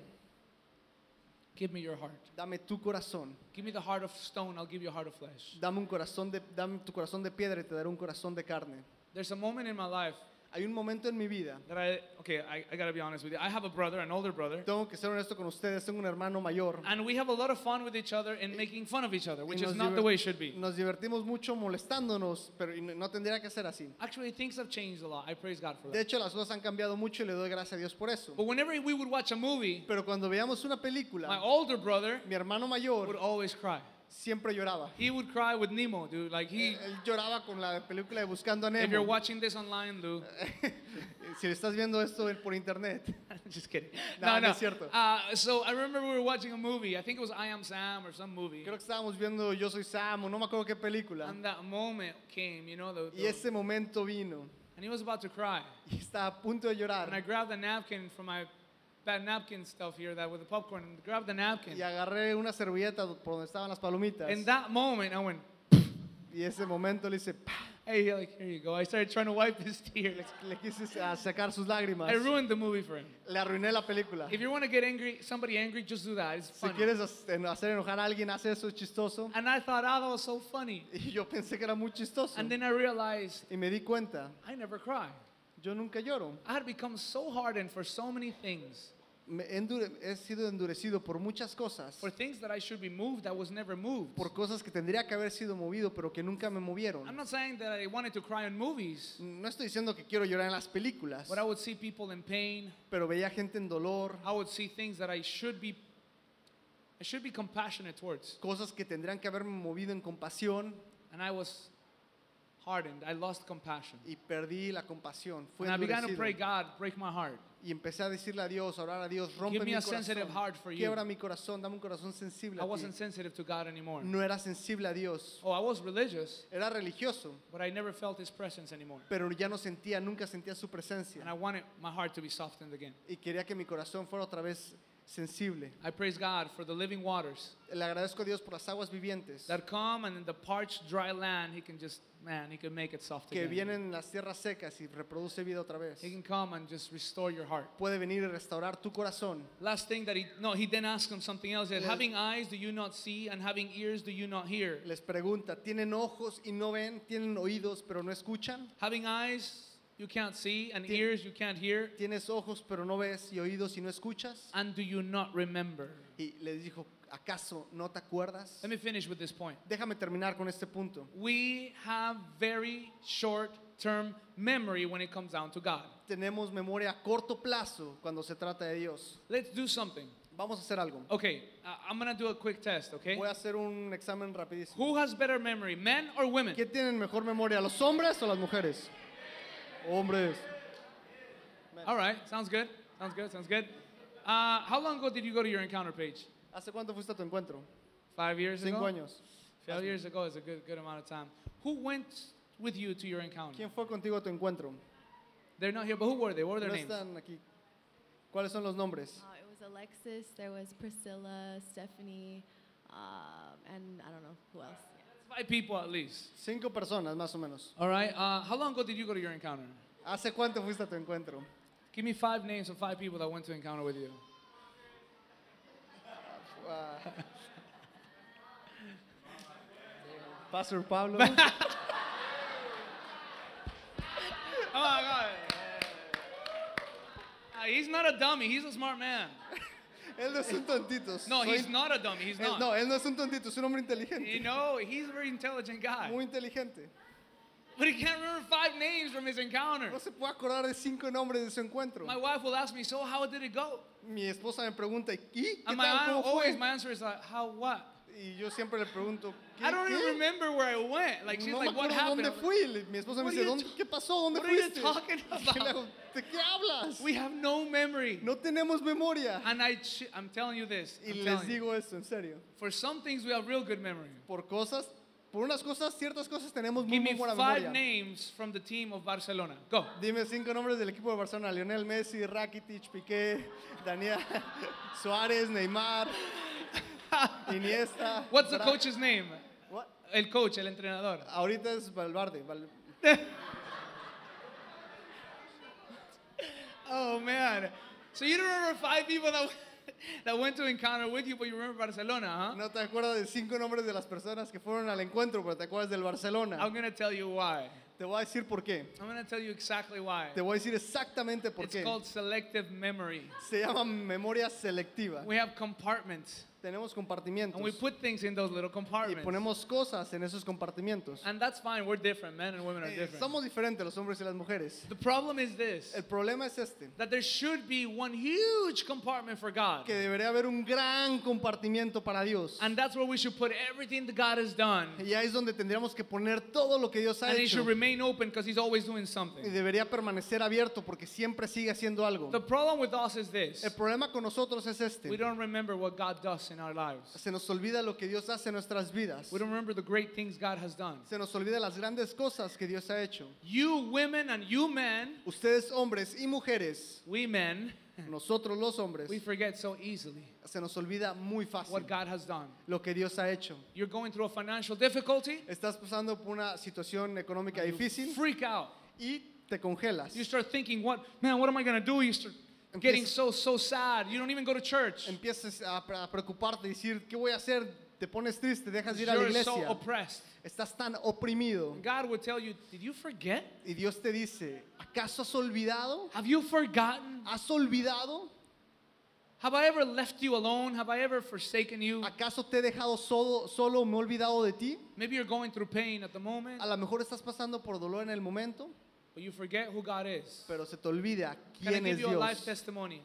Speaker 1: Give me your heart.
Speaker 2: dame tu corazón,
Speaker 1: Give me the heart of stone, I'll give you a heart of flesh.
Speaker 2: dame, un corazón de, dame tu corazón de piedra y te daré un corazón de carne.
Speaker 1: There's a moment in my life
Speaker 2: Hay un momento en mi vida,
Speaker 1: that I, okay, I, I gotta be honest with you. I have a brother, an older brother.
Speaker 2: tengo que ser honesto con ustedes, tengo un hermano mayor.
Speaker 1: And we have a lot of fun with each other and making fun of each other,
Speaker 2: y
Speaker 1: which is
Speaker 2: nos
Speaker 1: not the
Speaker 2: diver-
Speaker 1: way it should be.
Speaker 2: Nos divertimos mucho molestándonos, pero y no no tendría que ser así.
Speaker 1: Actually, things have changed a lot. I praise God for
Speaker 2: De
Speaker 1: that.
Speaker 2: hecho, las cosas han cambiado mucho y le doy gracias a Dios por eso.
Speaker 1: But whenever we would watch a movie,
Speaker 2: Pero cuando veíamos una
Speaker 1: my
Speaker 2: película,
Speaker 1: older brother
Speaker 2: mi hermano
Speaker 1: would
Speaker 2: mayor
Speaker 1: always cry.
Speaker 2: siempre lloraba.
Speaker 1: He would cry with Nemo, dude. Like he,
Speaker 2: Él lloraba con la película de Buscando a
Speaker 1: if you're
Speaker 2: Nemo.
Speaker 1: watching this online, Lou,
Speaker 2: Si estás viendo esto por internet,
Speaker 1: just kidding.
Speaker 2: No, no es cierto.
Speaker 1: Uh, so I remember we were watching a movie. I think it was I Am Sam or some movie.
Speaker 2: creo que estábamos viendo Yo Soy Sam o no me acuerdo qué película.
Speaker 1: And that moment came, you know, the,
Speaker 2: Y
Speaker 1: the-
Speaker 2: ese momento vino
Speaker 1: and he was about to cry.
Speaker 2: y estaba a punto de
Speaker 1: And I
Speaker 2: llorar.
Speaker 1: grabbed a napkin from my that napkin stuff here, that with the popcorn, and grabbed the napkin.
Speaker 2: Y agarré una servilleta por donde estaban las palomitas.
Speaker 1: In that moment, I went,
Speaker 2: Y ese momento le hice, ¡pah!
Speaker 1: hey, like, here you go. I started trying to wipe his tears.
Speaker 2: le, le quise a- sacar sus lágrimas.
Speaker 1: I ruined the movie for him.
Speaker 2: Le arruiné la película.
Speaker 1: If you want to get angry, somebody angry, just do that. It's
Speaker 2: Si
Speaker 1: funny.
Speaker 2: quieres as- en- hacer enojar a alguien, haz eso, es chistoso.
Speaker 1: And I thought, oh, that was so funny.
Speaker 2: Y yo pensé que era muy chistoso.
Speaker 1: And then I realized
Speaker 2: Y me di cuenta,
Speaker 1: I never cry.
Speaker 2: yo nunca lloro.
Speaker 1: I had become so hardened for so many things,
Speaker 2: Me he endure- he sido endurecido por muchas cosas,
Speaker 1: for things that I should be moved, I was never moved.
Speaker 2: por cosas que tendría que haber sido movido, pero que nunca me
Speaker 1: I'm
Speaker 2: movieron.
Speaker 1: not saying that I wanted to cry in movies,
Speaker 2: No estoy diciendo que quiero llorar en las películas,
Speaker 1: but I would see people in pain.
Speaker 2: pero veía gente en dolor,
Speaker 1: I would see things that I should be, I should be compassionate towards,
Speaker 2: cosas que tendrían que haberme movido en compasión
Speaker 1: and I was hardened. I lost compassion.
Speaker 2: y perdí la compasión. Fui
Speaker 1: And I began to
Speaker 2: endurecido.
Speaker 1: pray, God, break my heart.
Speaker 2: y empecé a decirle a Dios, a orar a Dios, rompe
Speaker 1: Give me
Speaker 2: mi
Speaker 1: a sensitive
Speaker 2: corazón,
Speaker 1: heart for you."
Speaker 2: quiebra mi corazón, dame un corazón sensible.
Speaker 1: I
Speaker 2: a ti.
Speaker 1: wasn't sensitive to God anymore.
Speaker 2: No era sensible a Dios,
Speaker 1: Oh, I was religious,
Speaker 2: era religioso,
Speaker 1: but I never felt His presence anymore.
Speaker 2: pero ya no sentía, nunca sentía su
Speaker 1: And I
Speaker 2: presencia
Speaker 1: wanted my heart to be softened again.
Speaker 2: y quería que mi corazón fuera otra vez sensible.
Speaker 1: I praise God for the living waters
Speaker 2: Le agradezco a Dios por las aguas vivientes
Speaker 1: that come and in the parched, dry land, He can just, man, He can make it soft
Speaker 2: que
Speaker 1: again.
Speaker 2: vienen en las tierras secas y reproduce vida otra vez.
Speaker 1: He can come and just restore your heart.
Speaker 2: Puede venir y restaurar tu corazón.
Speaker 1: Last thing that he no, he then asked him something else. He said,
Speaker 2: Les-
Speaker 1: having eyes do you not see, and having ears do you not hear?
Speaker 2: Les pregunta, ¿tienen ojos y no ven? ¿Tienen oídos pero no escuchan?
Speaker 1: Having eyes you can't see, and
Speaker 2: Tien-
Speaker 1: ears you can't hear,
Speaker 2: ¿Tienes ojos pero no ves y oídos y no escuchas?
Speaker 1: and do you not remember?
Speaker 2: Y les dijo, ¿acaso no te acuerdas?
Speaker 1: Let me finish with this point.
Speaker 2: Déjame terminar con este punto.
Speaker 1: We have very short-term memory when it comes down to God.
Speaker 2: Tenemos memoria a corto plazo cuando se trata de Dios.
Speaker 1: Let's do something.
Speaker 2: Vamos a hacer algo.
Speaker 1: Okay, uh, I'm gonna do a quick test. Okay,
Speaker 2: Voy a hacer un examen rapidísimo.
Speaker 1: who has better memory, men or women?
Speaker 2: ¿Qué tienen mejor memoria, los hombres o las mujeres? Hombres.
Speaker 1: All right, sounds good. Sounds good. Sounds good. Uh, how long ago did you go to your encounter page?
Speaker 2: ¿Hace cuánto fuiste a tu encuentro?
Speaker 1: Five years ago.
Speaker 2: Cinco años.
Speaker 1: Five years ago is a good, good amount of time. Who went with you to your encounter?
Speaker 2: ¿Quién fue contigo a tu encuentro?
Speaker 1: They're not here, but who were they? What were their
Speaker 2: No
Speaker 1: names?
Speaker 2: están aquí. ¿Cuáles son los nombres?
Speaker 3: Uh, it was Alexis, there was Priscilla, Stephanie, um, and I don't know who else. Yeah.
Speaker 1: Five people at least.
Speaker 2: Cinco personas más o menos.
Speaker 1: All right. Uh, how long ago did you go to your encounter?
Speaker 2: ¿Hace cuánto fuiste a tu encuentro?
Speaker 1: Give me five names of five people that went to encounter with you.
Speaker 2: Ah, Pastor Pablo.
Speaker 1: Oh my God. Uh, he's not a dummy. He's a smart man.
Speaker 2: Él no es un tontito.
Speaker 1: No,
Speaker 2: soy-
Speaker 1: he's not a dummy. He's
Speaker 2: Él-
Speaker 1: not.
Speaker 2: no, él no es un tontito, es un hombre inteligente.
Speaker 1: You know, he's a very intelligent guy.
Speaker 2: Muy inteligente.
Speaker 1: But he can't remember five names from his encounter.
Speaker 2: No se puede acordar de cinco nombres de su encuentro.
Speaker 1: My wife will ask me, so how did it go?
Speaker 2: Mi esposa me pregunta, ¿y qué
Speaker 1: And
Speaker 2: tal?
Speaker 1: my
Speaker 2: ¿Cómo
Speaker 1: aunt, always
Speaker 2: fue?
Speaker 1: my answer is like, how what?
Speaker 2: Y yo siempre le pregunto, ¿qué?
Speaker 1: I don't even
Speaker 2: qué?
Speaker 1: remember where I went. Like she's
Speaker 2: no me
Speaker 1: like, what
Speaker 2: acuerdo
Speaker 1: happened?
Speaker 2: dónde
Speaker 1: I'm like,
Speaker 2: fui. Le- Mi esposa me
Speaker 1: "What are
Speaker 2: dice,
Speaker 1: you
Speaker 2: "¿Dónde-
Speaker 1: ta-
Speaker 2: ¿qué pasó? ¿Dónde
Speaker 1: what are you
Speaker 2: fuiste?
Speaker 1: talking
Speaker 2: Y yo le hago, ¿De qué hablas?
Speaker 1: we have no memory.
Speaker 2: No tenemos memoria.
Speaker 1: And I, ch- I'm telling you this.
Speaker 2: Y
Speaker 1: I'm
Speaker 2: les
Speaker 1: telling you.
Speaker 2: digo esto, en serio.
Speaker 1: For some things we have real good memory.
Speaker 2: Por cosas, por unas cosas, ciertas cosas tenemos muy,
Speaker 1: Give
Speaker 2: muy
Speaker 1: me
Speaker 2: buena
Speaker 1: five
Speaker 2: memoria.
Speaker 1: names from the team of Barcelona. Go.
Speaker 2: Dime cinco nombres del equipo de Barcelona. Lionel Messi, Rakitic, Piqué, Daniel Suárez, Neymar, Iniesta.
Speaker 1: What's the
Speaker 2: Bra-
Speaker 1: coach's name?
Speaker 2: What?
Speaker 1: El coach, el entrenador.
Speaker 2: Ahorita es Valverde. Val-
Speaker 1: Oh man. So you don't remember five people that went, that went to encounter with you, but you remember Barcelona, huh?
Speaker 2: No te acuerdas de cinco nombres de las personas que fueron al encuentro, pero te acuerdas del Barcelona.
Speaker 1: I'm gonna tell you why.
Speaker 2: Te voy a decir por qué.
Speaker 1: I'm gonna tell you exactly why.
Speaker 2: Te voy a decir exactamente por
Speaker 1: It's
Speaker 2: qué. Ah.
Speaker 1: called selective memory.
Speaker 2: Se llama memoria selectiva.
Speaker 1: We have compartments,
Speaker 2: Tenemos
Speaker 1: and we
Speaker 2: compartimientos
Speaker 1: put things in those little
Speaker 2: y
Speaker 1: compartments.
Speaker 2: ponemos cosas en esos compartimientos.
Speaker 1: And that's fine. We're different. Men and women are
Speaker 2: Eh,
Speaker 1: Ah, different.
Speaker 2: Somos diferentes los hombres y las mujeres.
Speaker 1: The problem is this:
Speaker 2: El problema es este,
Speaker 1: that there should be one huge compartment for God,
Speaker 2: que debería haber un gran compartimiento para Dios.
Speaker 1: and that's where we should put everything that God has done,
Speaker 2: Y ahí es donde tendríamos que poner todo lo que Dios ha
Speaker 1: and it
Speaker 2: hecho
Speaker 1: should remain open because He's always doing
Speaker 2: y
Speaker 1: something.
Speaker 2: debería permanecer abierto porque siempre sigue haciendo algo.
Speaker 1: The problem with us is this:
Speaker 2: El problema con nosotros es
Speaker 1: We
Speaker 2: este.
Speaker 1: don't remember what God does in our lives.
Speaker 2: Se nos olvida lo que Dios hace en nuestras vidas.
Speaker 1: We don't remember the great things God has done.
Speaker 2: Se nos olvida las grandes cosas que Dios ha hecho.
Speaker 1: You women and you men,
Speaker 2: Ustedes hombres y mujeres,
Speaker 1: we men,
Speaker 2: nosotros los hombres,
Speaker 1: we forget so easily
Speaker 2: se nos olvida muy fácil
Speaker 1: what God has done.
Speaker 2: lo que Dios ha hecho.
Speaker 1: You're going through a financial difficulty,
Speaker 2: Estás pasando por una situación económica
Speaker 1: you
Speaker 2: difícil
Speaker 1: freak out.
Speaker 2: y te congelas.
Speaker 1: You start thinking, what, man, what am I going to do? You start getting
Speaker 2: Empiezas-
Speaker 1: so, so sad. You don't even go to church.
Speaker 2: Empiezas a, pre- a preocuparte y decir, ¿qué voy a hacer? Te pones triste, dejas de ir a la
Speaker 1: You're so
Speaker 2: iglesia.
Speaker 1: oppressed.
Speaker 2: Estás tan oprimido.
Speaker 1: God would tell you, did you forget?
Speaker 2: Y Dios te dice, ¿acaso has olvidado?
Speaker 1: Have you forgotten?
Speaker 2: ¿Has olvidado?
Speaker 1: Have I ever left you alone? Have I ever forsaken you?
Speaker 2: ¿Acaso te he dejado solo, solo me he olvidado de ti?
Speaker 1: Maybe you're going through pain at the moment,
Speaker 2: A lo mejor estás pasando por dolor en el momento,
Speaker 1: but you forget who God is.
Speaker 2: pero se te olvida
Speaker 1: Can I
Speaker 2: quién
Speaker 1: give
Speaker 2: es
Speaker 1: you a life
Speaker 2: Dios.
Speaker 1: testimony?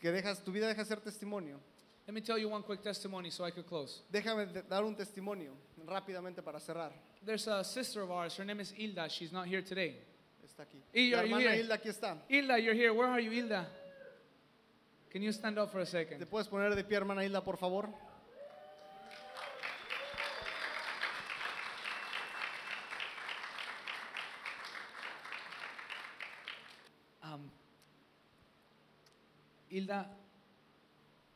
Speaker 2: Que dejas, tu vida deja de ser testimonio.
Speaker 1: Let me tell you one quick testimony so I could close.
Speaker 2: Déjame de- dar un testimonio rápidamente para cerrar.
Speaker 1: There's a sister of ours. Her name is Ilda. She's not here today.
Speaker 2: Está aquí.
Speaker 1: Y-
Speaker 2: La
Speaker 1: are you
Speaker 2: hermana
Speaker 1: here?
Speaker 2: Hilda aquí está.
Speaker 1: Ilda, you're here. Where are you, Ilda? Can you stand up for a
Speaker 2: ¿Te
Speaker 1: second?
Speaker 2: puedes poner de pie, hermana Hilda, por favor?
Speaker 1: Um, Hilda,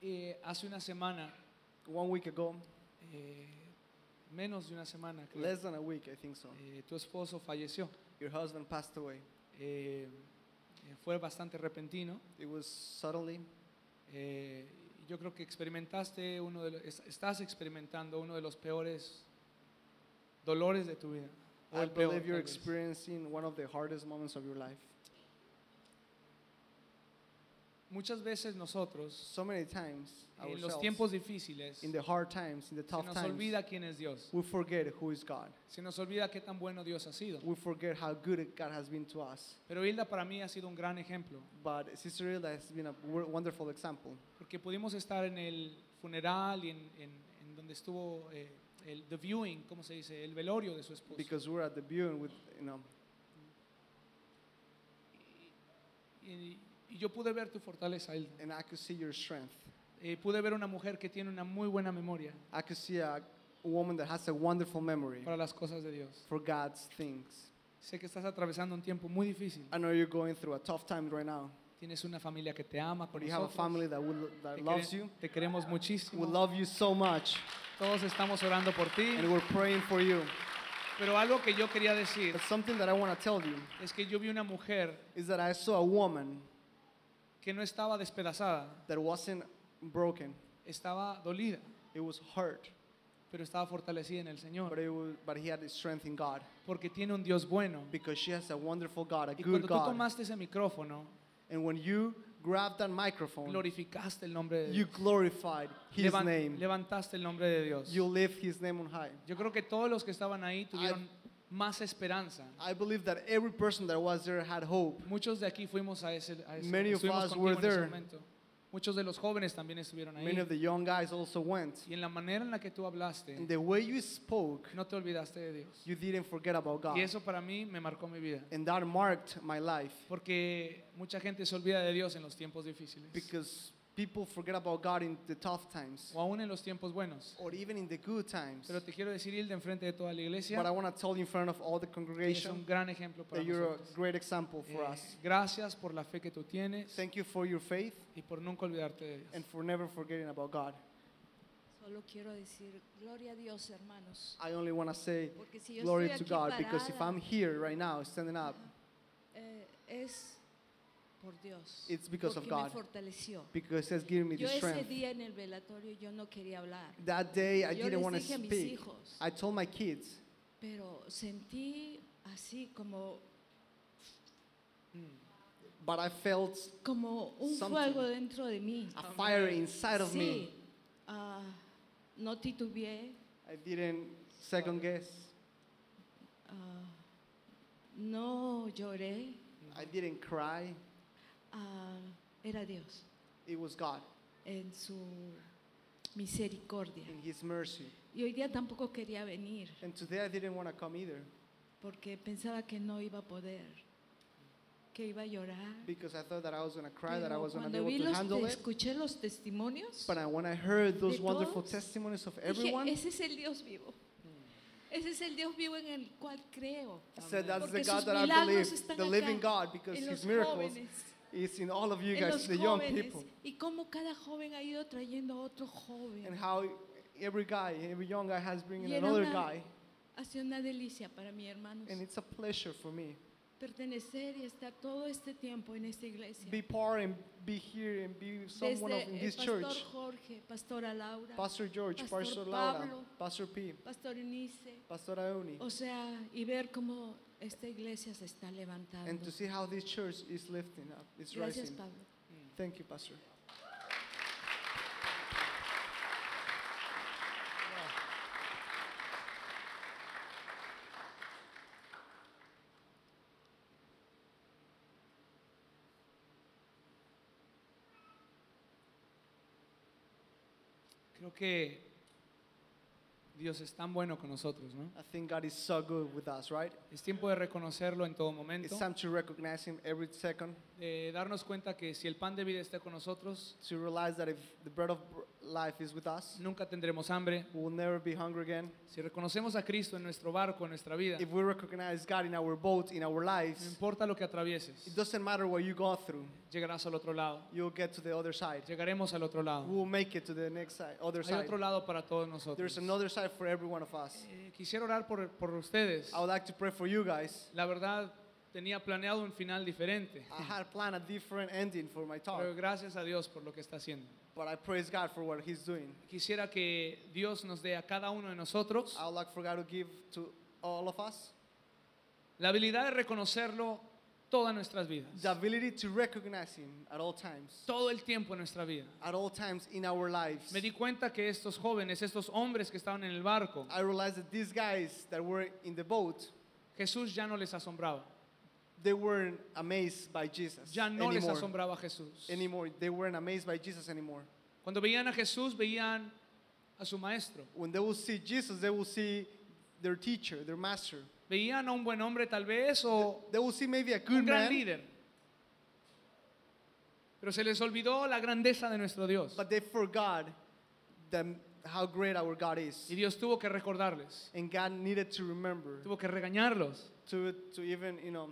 Speaker 1: eh, hace una semana,
Speaker 2: One week ago,
Speaker 1: eh, menos de una semana, creo,
Speaker 2: less than a week, I think so.
Speaker 1: eh, tu esposo falleció.
Speaker 2: Your husband passed away.
Speaker 1: Eh, eh, fue bastante repentino.
Speaker 2: It was suddenly.
Speaker 1: Eh, yo creo que experimentaste uno de los- es- estás experimentando uno de los peores dolores de tu vida. O
Speaker 2: I
Speaker 1: el peor,
Speaker 2: believe you're
Speaker 1: tal vez.
Speaker 2: experiencing one of the hardest moments of your life.
Speaker 1: Muchas veces nosotros,
Speaker 2: So many times,
Speaker 1: en los
Speaker 2: ourselves,
Speaker 1: tiempos difíciles,
Speaker 2: in the hard times, in the
Speaker 1: se
Speaker 2: tough
Speaker 1: nos
Speaker 2: times,
Speaker 1: olvida quién es Dios.
Speaker 2: we forget who is God.
Speaker 1: Se nos olvida qué tan bueno Dios ha sido.
Speaker 2: We forget how good God has been to us.
Speaker 1: Pero Hilda para mí ha sido un gran ejemplo,
Speaker 2: But Sister Hilda has been a wo- wonderful example.
Speaker 1: porque pudimos estar en el funeral y en, en- en donde estuvo eh, el the viewing, ¿cómo se dice? El velorio de su esposo.
Speaker 2: Because we're at the viewing with, you know,
Speaker 1: y, y yo pude ver tu fortaleza, Hilda.
Speaker 2: and I could see your strength.
Speaker 1: Eh, pude ver una mujer que tiene una muy buena memoria
Speaker 2: I could see a woman that has a wonderful memory
Speaker 1: para las cosas de Dios.
Speaker 2: for God's things.
Speaker 1: Sé que estás atravesando un tiempo muy difícil.
Speaker 2: I know you're going through a tough time right now.
Speaker 1: Tienes una familia que te ama con
Speaker 2: We have a
Speaker 1: nosotros.
Speaker 2: family that, will, that
Speaker 1: Te,
Speaker 2: loves
Speaker 1: quere-
Speaker 2: you.
Speaker 1: te queremos
Speaker 2: We
Speaker 1: muchísimo.
Speaker 2: love you so much.
Speaker 1: Todos estamos orando por ti.
Speaker 2: And we're praying for you.
Speaker 1: Pero algo que yo quería decir
Speaker 2: But something that I want to tell you
Speaker 1: es que yo vi una mujer
Speaker 2: is that I saw a woman
Speaker 1: que no estaba despedazada,
Speaker 2: that wasn't broken.
Speaker 1: estaba dolida,
Speaker 2: It was hurt,
Speaker 1: pero estaba fortalecida en el
Speaker 2: but,
Speaker 1: Señor.
Speaker 2: it was, but he had his strength in God
Speaker 1: Porque tiene un Dios bueno.
Speaker 2: because she has a wonderful God, a
Speaker 1: Y
Speaker 2: good
Speaker 1: cuando tú
Speaker 2: God.
Speaker 1: tomaste ese micrófono,
Speaker 2: And when you grabbed that microphone,
Speaker 1: glorificaste el nombre de
Speaker 2: you
Speaker 1: Dios.
Speaker 2: glorified his
Speaker 1: Levan-
Speaker 2: name.
Speaker 1: Levantaste el nombre de Dios.
Speaker 2: You lift his name on high.
Speaker 1: Yo creo que todos los que estaban ahí tuvieron más esperanza.
Speaker 2: I believe that every person that was there had hope.
Speaker 1: Muchos de aquí fuimos a ese, a ese-
Speaker 2: Many of
Speaker 1: estuvimos
Speaker 2: us
Speaker 1: contigo
Speaker 2: were
Speaker 1: en ese
Speaker 2: there.
Speaker 1: momento. Muchos de los jóvenes también estuvieron ahí.
Speaker 2: Many of the young guys also went.
Speaker 1: Y en la manera en la que tú hablaste,
Speaker 2: And the way you spoke,
Speaker 1: no te olvidaste de Dios.
Speaker 2: you didn't forget about God.
Speaker 1: Y eso para mí me marcó mi vida.
Speaker 2: And that marked my life
Speaker 1: Porque mucha gente se olvida de Dios en los tiempos difíciles.
Speaker 2: because people forget about God in the tough times
Speaker 1: o aún en los tiempos buenos.
Speaker 2: or even in the good times.
Speaker 1: Pero te quiero decir, Hilde, enfrente de toda la iglesia,
Speaker 2: But I want to tell you in front of all the
Speaker 1: que es un
Speaker 2: congregation
Speaker 1: gran ejemplo para
Speaker 2: that you're a
Speaker 1: nosotros.
Speaker 2: great example for
Speaker 1: Eh,
Speaker 2: us.
Speaker 1: Gracias por la fe que tú tienes
Speaker 2: Thank you for your faith
Speaker 1: y por nunca olvidarte de Dios.
Speaker 2: and for never forgetting about God.
Speaker 3: Solo quiero decir, gloria a Dios, hermanos.
Speaker 2: I only want to say
Speaker 3: Porque si yo
Speaker 2: glory to
Speaker 3: estoy aquí
Speaker 2: God because if
Speaker 3: parada,
Speaker 2: I'm here right now standing up,
Speaker 3: ajá, eh, es por Dios.
Speaker 2: It's because of
Speaker 3: porque me
Speaker 2: God.
Speaker 3: fortaleció.
Speaker 2: because He has given me the
Speaker 3: Yo ese
Speaker 2: strength.
Speaker 3: día en el velatorio yo no quería hablar,
Speaker 2: That day I
Speaker 3: Yo
Speaker 2: didn't
Speaker 3: les
Speaker 2: want to
Speaker 3: dije a mis
Speaker 2: speak.
Speaker 3: hijos.
Speaker 2: I told my kids,
Speaker 3: pero sentí así como
Speaker 2: but I felt
Speaker 3: como un
Speaker 2: Something.
Speaker 3: fuego dentro de mí.
Speaker 2: a fire inside of
Speaker 3: sí,
Speaker 2: me.
Speaker 3: ah, no titubeé,
Speaker 2: I didn't second guess.
Speaker 3: ah, no lloré,
Speaker 2: I didn't cry.
Speaker 3: ah, era Dios
Speaker 2: It was God
Speaker 3: en su misericordia.
Speaker 2: in His mercy.
Speaker 3: Y hoy día tampoco quería venir
Speaker 2: And today I didn't want to come either
Speaker 3: porque pensaba que no iba a poder, que iba a llorar.
Speaker 2: because I thought that I was going to cry, that I
Speaker 3: Pero
Speaker 2: was going to be
Speaker 3: cuando
Speaker 2: able
Speaker 3: vi
Speaker 2: to
Speaker 3: los,
Speaker 2: handle it.
Speaker 3: escuché los testimonios,
Speaker 2: But I- when I heard those
Speaker 3: de
Speaker 2: wonderful
Speaker 3: todos,
Speaker 2: testimonies of
Speaker 3: dije,
Speaker 2: everyone,
Speaker 3: ese es el Dios vivo. Ese es el Dios vivo en el cual creo.
Speaker 2: I said that's the
Speaker 3: Porque
Speaker 2: God
Speaker 3: sus
Speaker 2: that I
Speaker 3: milagros
Speaker 2: believe,
Speaker 3: están
Speaker 2: the living
Speaker 3: acá,
Speaker 2: God, because
Speaker 3: en
Speaker 2: His
Speaker 3: los
Speaker 2: miracles
Speaker 3: jóvenes,
Speaker 2: is in all of you
Speaker 3: en
Speaker 2: guys,
Speaker 3: los
Speaker 2: the young
Speaker 3: jóvenes.
Speaker 2: people,
Speaker 3: Y cómo cada joven ha ido trayendo a otro joven.
Speaker 2: and how every guy, every young guy has bringing
Speaker 3: Y era
Speaker 2: another
Speaker 3: una-
Speaker 2: guy,
Speaker 3: Ha sido una delicia para mí, hermanos,
Speaker 2: and it's a pleasure for me.
Speaker 3: pertenecer y estar todo este tiempo en esta iglesia.
Speaker 2: Be part and be here and be someone of,
Speaker 3: Desde
Speaker 2: in
Speaker 3: el
Speaker 2: this
Speaker 3: pastor
Speaker 2: church.
Speaker 3: Jorge, pastora Laura,
Speaker 2: Pastor George,
Speaker 3: Pastor
Speaker 2: Pastor Laura,
Speaker 3: Pablo, Oh,
Speaker 2: Pastor P,
Speaker 3: pastor Eunice,
Speaker 2: Pastor Aoni,
Speaker 3: O sea, y ver cómo esta iglesia se está levantando.
Speaker 2: and to see how this church is lifting up, it's
Speaker 3: Gracias,
Speaker 2: rising.
Speaker 3: Pablo.
Speaker 2: Thank you, Pastor.
Speaker 1: Creo que Dios es tan bueno con nosotros, ¿no?
Speaker 2: I think God is so good with us, right?
Speaker 1: Es tiempo de reconocerlo en todo
Speaker 2: It's
Speaker 1: momento,
Speaker 2: time to recognize Him every second.
Speaker 1: de darnos cuenta que si el pan de vida está con nosotros,
Speaker 2: to realize that if the bread of br- life is with us,
Speaker 1: nunca tendremos hambre.
Speaker 2: we will never be hungry again.
Speaker 1: Si reconocemos a Cristo en nuestro barco, en nuestra vida,
Speaker 2: If we recognize God in our boat, in our
Speaker 1: no
Speaker 2: lives,
Speaker 1: importa lo que
Speaker 2: it
Speaker 1: atravieses,
Speaker 2: doesn't matter what you go through,
Speaker 1: llegarás al otro lado.
Speaker 2: you'll get to the other side.
Speaker 1: Llegaremos al otro lado.
Speaker 2: We will make it to the next side, other
Speaker 1: Hay
Speaker 2: side.
Speaker 1: otro lado para todos
Speaker 2: There's
Speaker 1: nosotros.
Speaker 2: another side for every one of us.
Speaker 1: Eh, quisiera orar por, por ustedes.
Speaker 2: I would like to pray for you guys.
Speaker 1: La verdad, tenía planeado un final diferente.
Speaker 2: I had planned a different ending for my talk,
Speaker 1: Pero gracias a Dios por lo que está haciendo.
Speaker 2: but I praise God for what He's doing.
Speaker 1: Quisiera que Dios nos dé a cada uno de nosotros
Speaker 2: I would like for God to give to all of us
Speaker 1: la habilidad de reconocerlo todas nuestras vidas.
Speaker 2: the ability to recognize Him at all times,
Speaker 1: Todo el tiempo en nuestra vida.
Speaker 2: at all times in our lives.
Speaker 1: Me di cuenta que estos jóvenes, estos hombres que estaban en el barco,
Speaker 2: I realized that these guys that were in the boat,
Speaker 1: Jesús ya no les asombraba.
Speaker 2: they weren't amazed by Jesus
Speaker 1: Ya no les
Speaker 2: anymore.
Speaker 1: asombraba Jesús.
Speaker 2: anymore. They weren't amazed by Jesus anymore.
Speaker 1: Cuando veían a Jesús, veían a su maestro.
Speaker 2: When they will see Jesus, they will see their teacher, their master.
Speaker 1: Veían a un buen hombre tal vez o
Speaker 2: They will see maybe a good
Speaker 1: un gran
Speaker 2: man,
Speaker 1: líder. Pero se les olvidó la grandeza de nuestro Dios.
Speaker 2: but they forgot them, how great our God is.
Speaker 1: Y Dios tuvo que recordarles,
Speaker 2: And God needed to remember
Speaker 1: tuvo que regañarlos,
Speaker 2: to, to even, you know,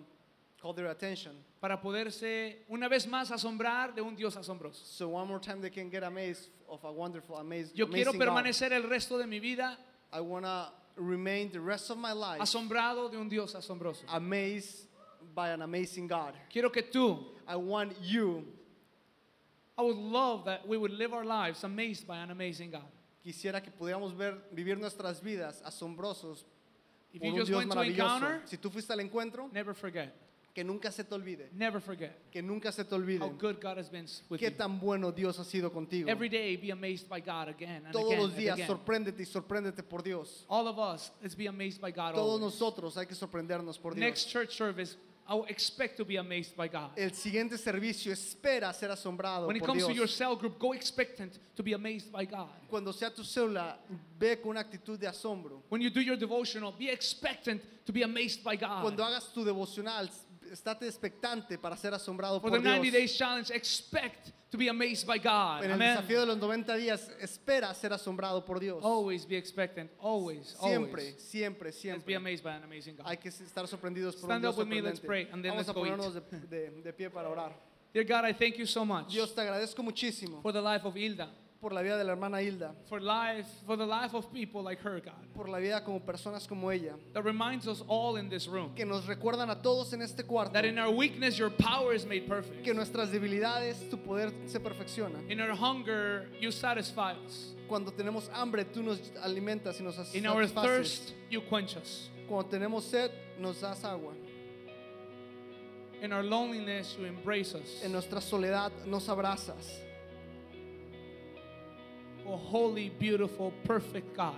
Speaker 2: call their attention.
Speaker 1: para poderse una vez más asombrar de un Dios asombroso.
Speaker 2: So one more time they can get amazed of a wonderful, amazing,
Speaker 1: Yo quiero
Speaker 2: amazing God.
Speaker 1: permanecer el resto de mi vida
Speaker 2: I want to remain the rest of my life
Speaker 1: asombrado de un Dios asombroso.
Speaker 2: amazed by an amazing God.
Speaker 1: Quiero que tú,
Speaker 2: I want you,
Speaker 1: I would love that we would live our lives amazed by an amazing God.
Speaker 2: quisiera que pudiéramos ver, vivir nuestras vidas asombrosos
Speaker 1: If
Speaker 2: por
Speaker 1: you
Speaker 2: un
Speaker 1: just
Speaker 2: Dios
Speaker 1: went to
Speaker 2: maravilloso.
Speaker 1: encounter,
Speaker 2: Si tú fuiste al encuentro,
Speaker 1: never forget,
Speaker 2: que nunca se te olvide,
Speaker 1: never forget
Speaker 2: que nunca se te olvide
Speaker 1: how good God has been s- with
Speaker 2: qué
Speaker 1: you.
Speaker 2: tan bueno Dios ha sido contigo.
Speaker 1: Every day be amazed by God again and
Speaker 2: Todos
Speaker 1: again
Speaker 2: los
Speaker 1: and
Speaker 2: días
Speaker 1: again.
Speaker 2: sorpréndete y sorpréndete por Dios.
Speaker 1: All of us, let's be amazed by God always.
Speaker 2: Todos nosotros hay que sorprendernos por
Speaker 1: Next
Speaker 2: Dios.
Speaker 1: church service, I will expect to be amazed by God.
Speaker 2: El siguiente servicio espera ser asombrado
Speaker 1: When it
Speaker 2: por
Speaker 1: comes to your
Speaker 2: Dios.
Speaker 1: cell group, go expectant to be amazed by God.
Speaker 2: Cuando sea tu célula, ve con una actitud de asombro.
Speaker 1: When you do your devotional, be expectant to be amazed by
Speaker 2: Cuando
Speaker 1: God.
Speaker 2: hagas tu devocional, estate expectante para ser asombrado
Speaker 1: For
Speaker 2: por
Speaker 1: the
Speaker 2: Dios.
Speaker 1: 90 days challenge, expect to be amazed by God.
Speaker 2: En el
Speaker 1: Amen.
Speaker 2: desafío de los 90 días, espera ser asombrado por Dios.
Speaker 1: Always be expectant. Always, always.
Speaker 2: Siempre, siempre,
Speaker 1: Let's be
Speaker 2: siempre.
Speaker 1: amazed by an amazing God.
Speaker 2: Hay que estar sorprendidos por un
Speaker 1: Stand
Speaker 2: Dios
Speaker 1: up with me, let's
Speaker 2: sorprendente.
Speaker 1: pray, and then
Speaker 2: Vamos
Speaker 1: let's
Speaker 2: a
Speaker 1: go eat.
Speaker 2: ponernos de, de- de pie para orar.
Speaker 1: Dear God, I thank you so much
Speaker 2: Dios, te agradezco muchísimo
Speaker 1: for the life of Hilda,
Speaker 2: por la vida de la hermana Hilda,
Speaker 1: for life, for the life of people like her, God.
Speaker 2: por la vida como personas como ella,
Speaker 1: That reminds us all in this room
Speaker 2: que nos recuerdan a todos en este cuarto
Speaker 1: that in our weakness your power is made perfect.
Speaker 2: que nuestras debilidades, tu poder se perfecciona.
Speaker 1: In our hunger you satisfy us.
Speaker 2: Cuando tenemos hambre, tú nos alimentas y nos
Speaker 1: In our
Speaker 2: satisfaces.
Speaker 1: thirst you quench us.
Speaker 2: Cuando tenemos sed, nos das agua.
Speaker 1: In our loneliness you embrace us.
Speaker 2: En nuestra soledad, nos abrazas.
Speaker 1: Oh holy, beautiful, perfect God.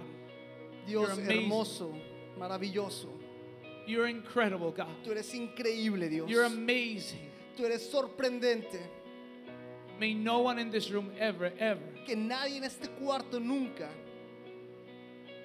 Speaker 2: Dios
Speaker 1: You're amazing.
Speaker 2: hermoso, maravilloso.
Speaker 1: You're incredible, God.
Speaker 2: Tú eres increíble, Dios.
Speaker 1: You're amazing.
Speaker 2: Tú eres sorprendente.
Speaker 1: May no one in this room ever, ever
Speaker 2: Que nadie en este cuarto nunca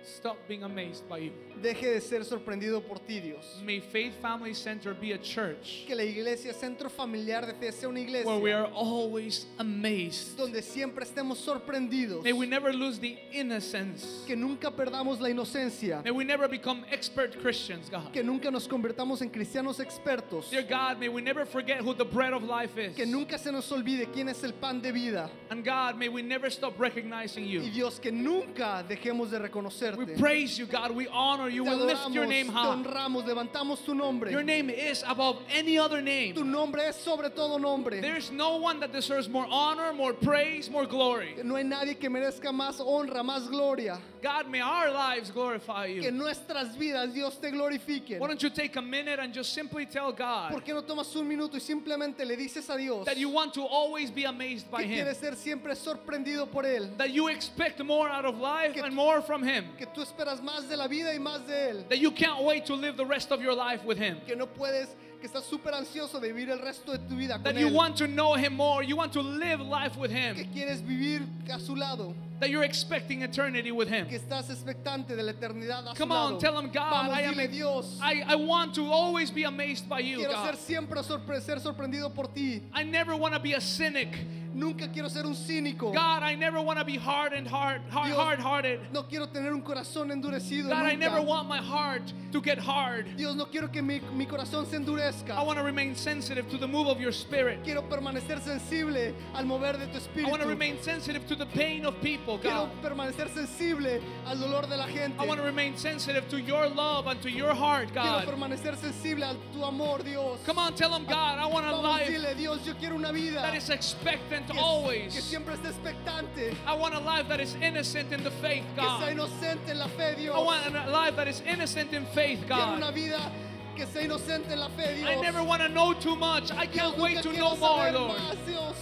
Speaker 1: stop being amazed by you.
Speaker 2: deje de ser sorprendido por ti, Dios.
Speaker 1: May Faith Family Center be a church
Speaker 2: Que la iglesia, centro familiar de fe, sea una
Speaker 1: where we
Speaker 2: iglesia
Speaker 1: are always amazed.
Speaker 2: donde siempre estemos sorprendidos.
Speaker 1: May we never lose the innocence.
Speaker 2: Que nunca perdamos la inocencia.
Speaker 1: May we never become expert Christians, God.
Speaker 2: Que nunca nos convertamos en cristianos expertos.
Speaker 1: Dear God, may we never forget who the bread of life is.
Speaker 2: Que nunca se nos olvide quién es el pan de vida.
Speaker 1: And God, may we never stop recognizing
Speaker 2: Y
Speaker 1: you.
Speaker 2: Dios, que nunca dejemos de
Speaker 1: We
Speaker 2: reconocerte.
Speaker 1: praise you, God. We honor you.
Speaker 2: Te
Speaker 1: We lift your
Speaker 2: adoramos,
Speaker 1: name
Speaker 2: te
Speaker 1: high.
Speaker 2: honramos, levantamos tu
Speaker 1: Your
Speaker 2: nombre.
Speaker 1: name is above any other
Speaker 2: Tu
Speaker 1: name.
Speaker 2: nombre es sobre todo nombre.
Speaker 1: There's no one that deserves more honor, more praise, more glory.
Speaker 2: No hay nadie que merezca más honra, más gloria.
Speaker 1: God, may our lives glorify
Speaker 2: Que
Speaker 1: you.
Speaker 2: nuestras vidas, Dios, te glorifiquen.
Speaker 1: Why don't you take a minute and just simply tell
Speaker 2: ¿Por
Speaker 1: God
Speaker 2: qué no tomas un minuto y simplemente le dices a Dios
Speaker 1: that you
Speaker 2: que
Speaker 1: want to always be amazed by Him?
Speaker 2: quieres ser siempre sorprendido por Él?
Speaker 1: That you expect more out of life
Speaker 2: Que
Speaker 1: and
Speaker 2: tú-
Speaker 1: more from Him.
Speaker 2: Que tú esperas más de la vida y más de Él.
Speaker 1: That you can't wait to live the rest of your life with Him.
Speaker 2: Que no puedes, que estás súper ansioso de vivir el resto de tu vida
Speaker 1: That
Speaker 2: con
Speaker 1: you
Speaker 2: Él.
Speaker 1: want to know Him more. You want to live life with
Speaker 2: Que
Speaker 1: Him.
Speaker 2: quieres vivir a su lado.
Speaker 1: That you're expecting eternity with Him.
Speaker 2: Que estás expectante de la eternidad a su
Speaker 1: Come on,
Speaker 2: lado.
Speaker 1: tell him, God,
Speaker 2: Vamos,
Speaker 1: I am
Speaker 2: dile
Speaker 1: a-
Speaker 2: Dios.
Speaker 1: I, I want to always be amazed by you,
Speaker 2: Quiero
Speaker 1: God.
Speaker 2: ser siempre sorpre- ser sorprendido por ti.
Speaker 1: I never want to be a cynic.
Speaker 2: Nunca quiero ser un cínico.
Speaker 1: God, I never want to be hard and hard, hard,
Speaker 2: Dios-
Speaker 1: hard-hearted.
Speaker 2: No quiero tener un corazón endurecido.
Speaker 1: God, I
Speaker 2: nunca.
Speaker 1: never want my heart to get hard.
Speaker 2: Dios, no quiero que mi, mi corazón se endurezca.
Speaker 1: I want to remain sensitive to the move of your spirit.
Speaker 2: Quiero permanecer sensible al mover de tu
Speaker 1: I
Speaker 2: espíritu.
Speaker 1: want to remain sensitive to the pain of people, God.
Speaker 2: Quiero permanecer sensible al dolor de la gente.
Speaker 1: I want to remain sensitive to your love and to your heart,
Speaker 2: Quiero
Speaker 1: God.
Speaker 2: permanecer sensible a tu amor, Dios.
Speaker 1: Come on, tell him, God, I want a
Speaker 2: Vamos,
Speaker 1: life
Speaker 2: dile, Dios, yo quiero una vida
Speaker 1: that is expectant
Speaker 2: que, que
Speaker 1: always.
Speaker 2: siempre esté expectante,
Speaker 1: I want a life that is innocent in the faith,
Speaker 2: que sea
Speaker 1: God.
Speaker 2: inocente en la fe, Dios.
Speaker 1: I want a life that is innocent in faith,
Speaker 2: Quiero una
Speaker 1: God.
Speaker 2: vida que sea inocente en la fe, Dios.
Speaker 1: I never want to know too much. I can't wait
Speaker 2: Nunca
Speaker 1: to
Speaker 2: quiero
Speaker 1: know more,
Speaker 2: saber
Speaker 1: Lord.
Speaker 2: más, Dios.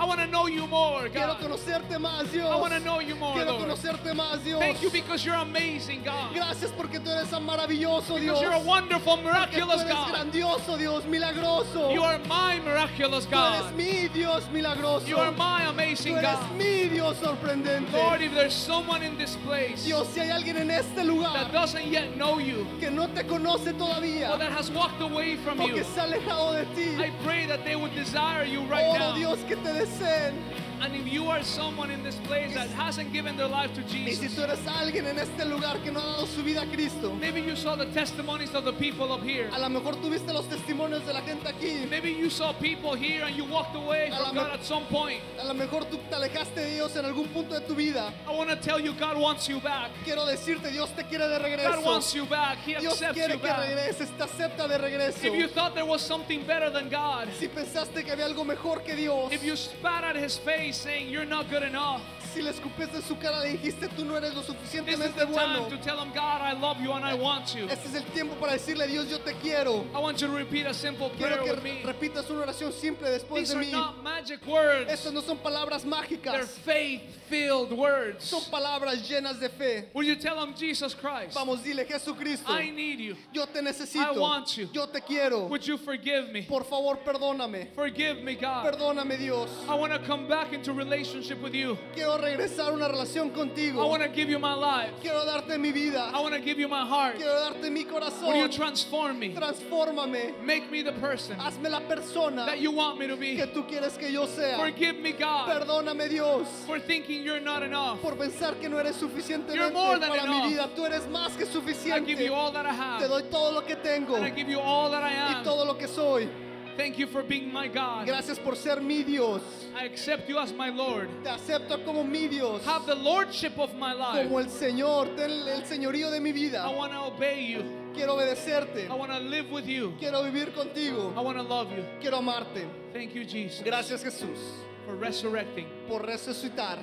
Speaker 1: I want to know you more,
Speaker 2: Quiero
Speaker 1: God.
Speaker 2: conocerte más, Dios.
Speaker 1: I want to know you more,
Speaker 2: Quiero
Speaker 1: Lord.
Speaker 2: conocerte más, Dios.
Speaker 1: Thank you because you're amazing, God.
Speaker 2: Gracias porque tú eres tan maravilloso, Dios.
Speaker 1: Because you're a wonderful,
Speaker 2: Porque tú
Speaker 1: miraculous
Speaker 2: eres
Speaker 1: God.
Speaker 2: grandioso, Dios, milagroso.
Speaker 1: You are my miraculous
Speaker 2: Tú eres
Speaker 1: God.
Speaker 2: mi Dios milagroso.
Speaker 1: You are my
Speaker 2: Tú
Speaker 1: amazing
Speaker 2: eres
Speaker 1: God.
Speaker 2: mi Dios sorprendente.
Speaker 1: Lord, if there's someone in this place
Speaker 2: Dios, si hay alguien en este
Speaker 1: that
Speaker 2: lugar
Speaker 1: doesn't yet know you
Speaker 2: que no te conoce todavía
Speaker 1: or that has walked away from
Speaker 2: o que
Speaker 1: you,
Speaker 2: se ha alejado de ti, Oh,
Speaker 1: I pray that they would desire you right
Speaker 2: oro
Speaker 1: now.
Speaker 2: Dios que te deseen.
Speaker 1: And if you are someone in this place that hasn't given their life to
Speaker 2: Y si
Speaker 1: Jesus,
Speaker 2: tú eres alguien en este lugar que no ha dado su vida a Cristo,
Speaker 1: maybe you saw the testimonies of the people up here.
Speaker 2: a lo mejor tuviste los testimonios de la gente aquí,
Speaker 1: Maybe you saw people here and you walked away
Speaker 2: A
Speaker 1: from
Speaker 2: la me-
Speaker 1: God at some point.
Speaker 2: a lo mejor tú te alejaste de Dios en algún punto de tu vida.
Speaker 1: I want to tell you, God wants you back.
Speaker 2: Quiero decirte, Dios te quiere de
Speaker 1: God wants
Speaker 2: regreso.
Speaker 1: you back. He
Speaker 2: Dios
Speaker 1: accepts you
Speaker 2: quiere que
Speaker 1: back.
Speaker 2: regreses, te acepta de regreso.
Speaker 1: If you thought there was something better than God,
Speaker 2: Si pensaste que había algo mejor que Dios,
Speaker 1: if you spat at his face saying you're not good enough,
Speaker 2: si le escupiste en su cara le dijiste tú no eres lo
Speaker 1: this is
Speaker 2: suficientemente
Speaker 1: the
Speaker 2: bueno,
Speaker 1: time to tell him, God, I love you and I want you.
Speaker 2: este es el tiempo para decirle Dios yo te quiero.
Speaker 1: I want you to repeat a simple
Speaker 2: Quiero
Speaker 1: prayer
Speaker 2: que
Speaker 1: with
Speaker 2: re-
Speaker 1: me.
Speaker 2: repitas una oración simple después
Speaker 1: These
Speaker 2: de
Speaker 1: are
Speaker 2: mí.
Speaker 1: not magic words.
Speaker 2: Estas no son palabras
Speaker 1: They're
Speaker 2: mágicas,
Speaker 1: faith-filled words.
Speaker 2: son palabras llenas de fe.
Speaker 1: Will you tell him, Jesus Christ,
Speaker 2: Vamos, dile Jesucristo,
Speaker 1: I need you.
Speaker 2: yo te
Speaker 1: I
Speaker 2: necesito,
Speaker 1: want you.
Speaker 2: yo te quiero.
Speaker 1: Would you forgive me?
Speaker 2: Por favor, perdóname,
Speaker 1: Forgive me, God.
Speaker 2: perdóname Dios.
Speaker 1: I want to come back into relationship with you.
Speaker 2: Quiero regresar a una relación
Speaker 1: I
Speaker 2: contigo.
Speaker 1: want to give you my life.
Speaker 2: Quiero darte mi vida.
Speaker 1: I want to give you my heart.
Speaker 2: Quiero darte mi
Speaker 1: Will you
Speaker 2: corazón.
Speaker 1: transform me?
Speaker 2: Transfórmame.
Speaker 1: Make me the person
Speaker 2: Hazme la persona
Speaker 1: that you want me to be.
Speaker 2: que tú quieres que yo sea.
Speaker 1: Forgive me, God,
Speaker 2: Perdóname, Dios,
Speaker 1: for thinking you're not enough.
Speaker 2: por pensar que no eres suficientemente
Speaker 1: You're more than
Speaker 2: para
Speaker 1: enough.
Speaker 2: mi vida. Tú eres más que
Speaker 1: I give
Speaker 2: suficiente.
Speaker 1: you all that I
Speaker 2: Te
Speaker 1: have,
Speaker 2: doy todo lo que tengo
Speaker 1: and I
Speaker 2: y
Speaker 1: give you all that I am.
Speaker 2: todo lo que soy.
Speaker 1: Thank you for being my God.
Speaker 2: Gracias por ser mi Dios.
Speaker 1: I accept you as my Lord.
Speaker 2: Te acepto como mi Dios,
Speaker 1: Have the lordship of my life.
Speaker 2: como el Señor, ten el señorío de mi
Speaker 1: I
Speaker 2: vida.
Speaker 1: want to obey you.
Speaker 2: Quiero obedecerte.
Speaker 1: I want to live with you.
Speaker 2: Quiero
Speaker 1: I
Speaker 2: vivir contigo.
Speaker 1: want to love you.
Speaker 2: Quiero amarte.
Speaker 1: Thank you, Jesus,
Speaker 2: Gracias, Jesús,
Speaker 1: for resurrecting,
Speaker 2: por resucitar,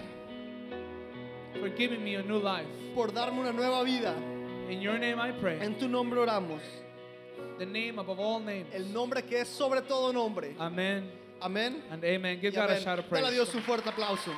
Speaker 1: for giving me a new life.
Speaker 2: por darme una nueva vida.
Speaker 1: In your name I pray,
Speaker 2: En tu nombre oramos.
Speaker 1: the name above all names.
Speaker 2: El nombre que es sobre todo nombre.
Speaker 1: Amen
Speaker 2: Amén.
Speaker 1: and amen. Give
Speaker 2: Y
Speaker 1: God a
Speaker 2: amén.
Speaker 1: shout of
Speaker 2: Dale a
Speaker 1: praise.
Speaker 2: Dios un fuerte aplauso.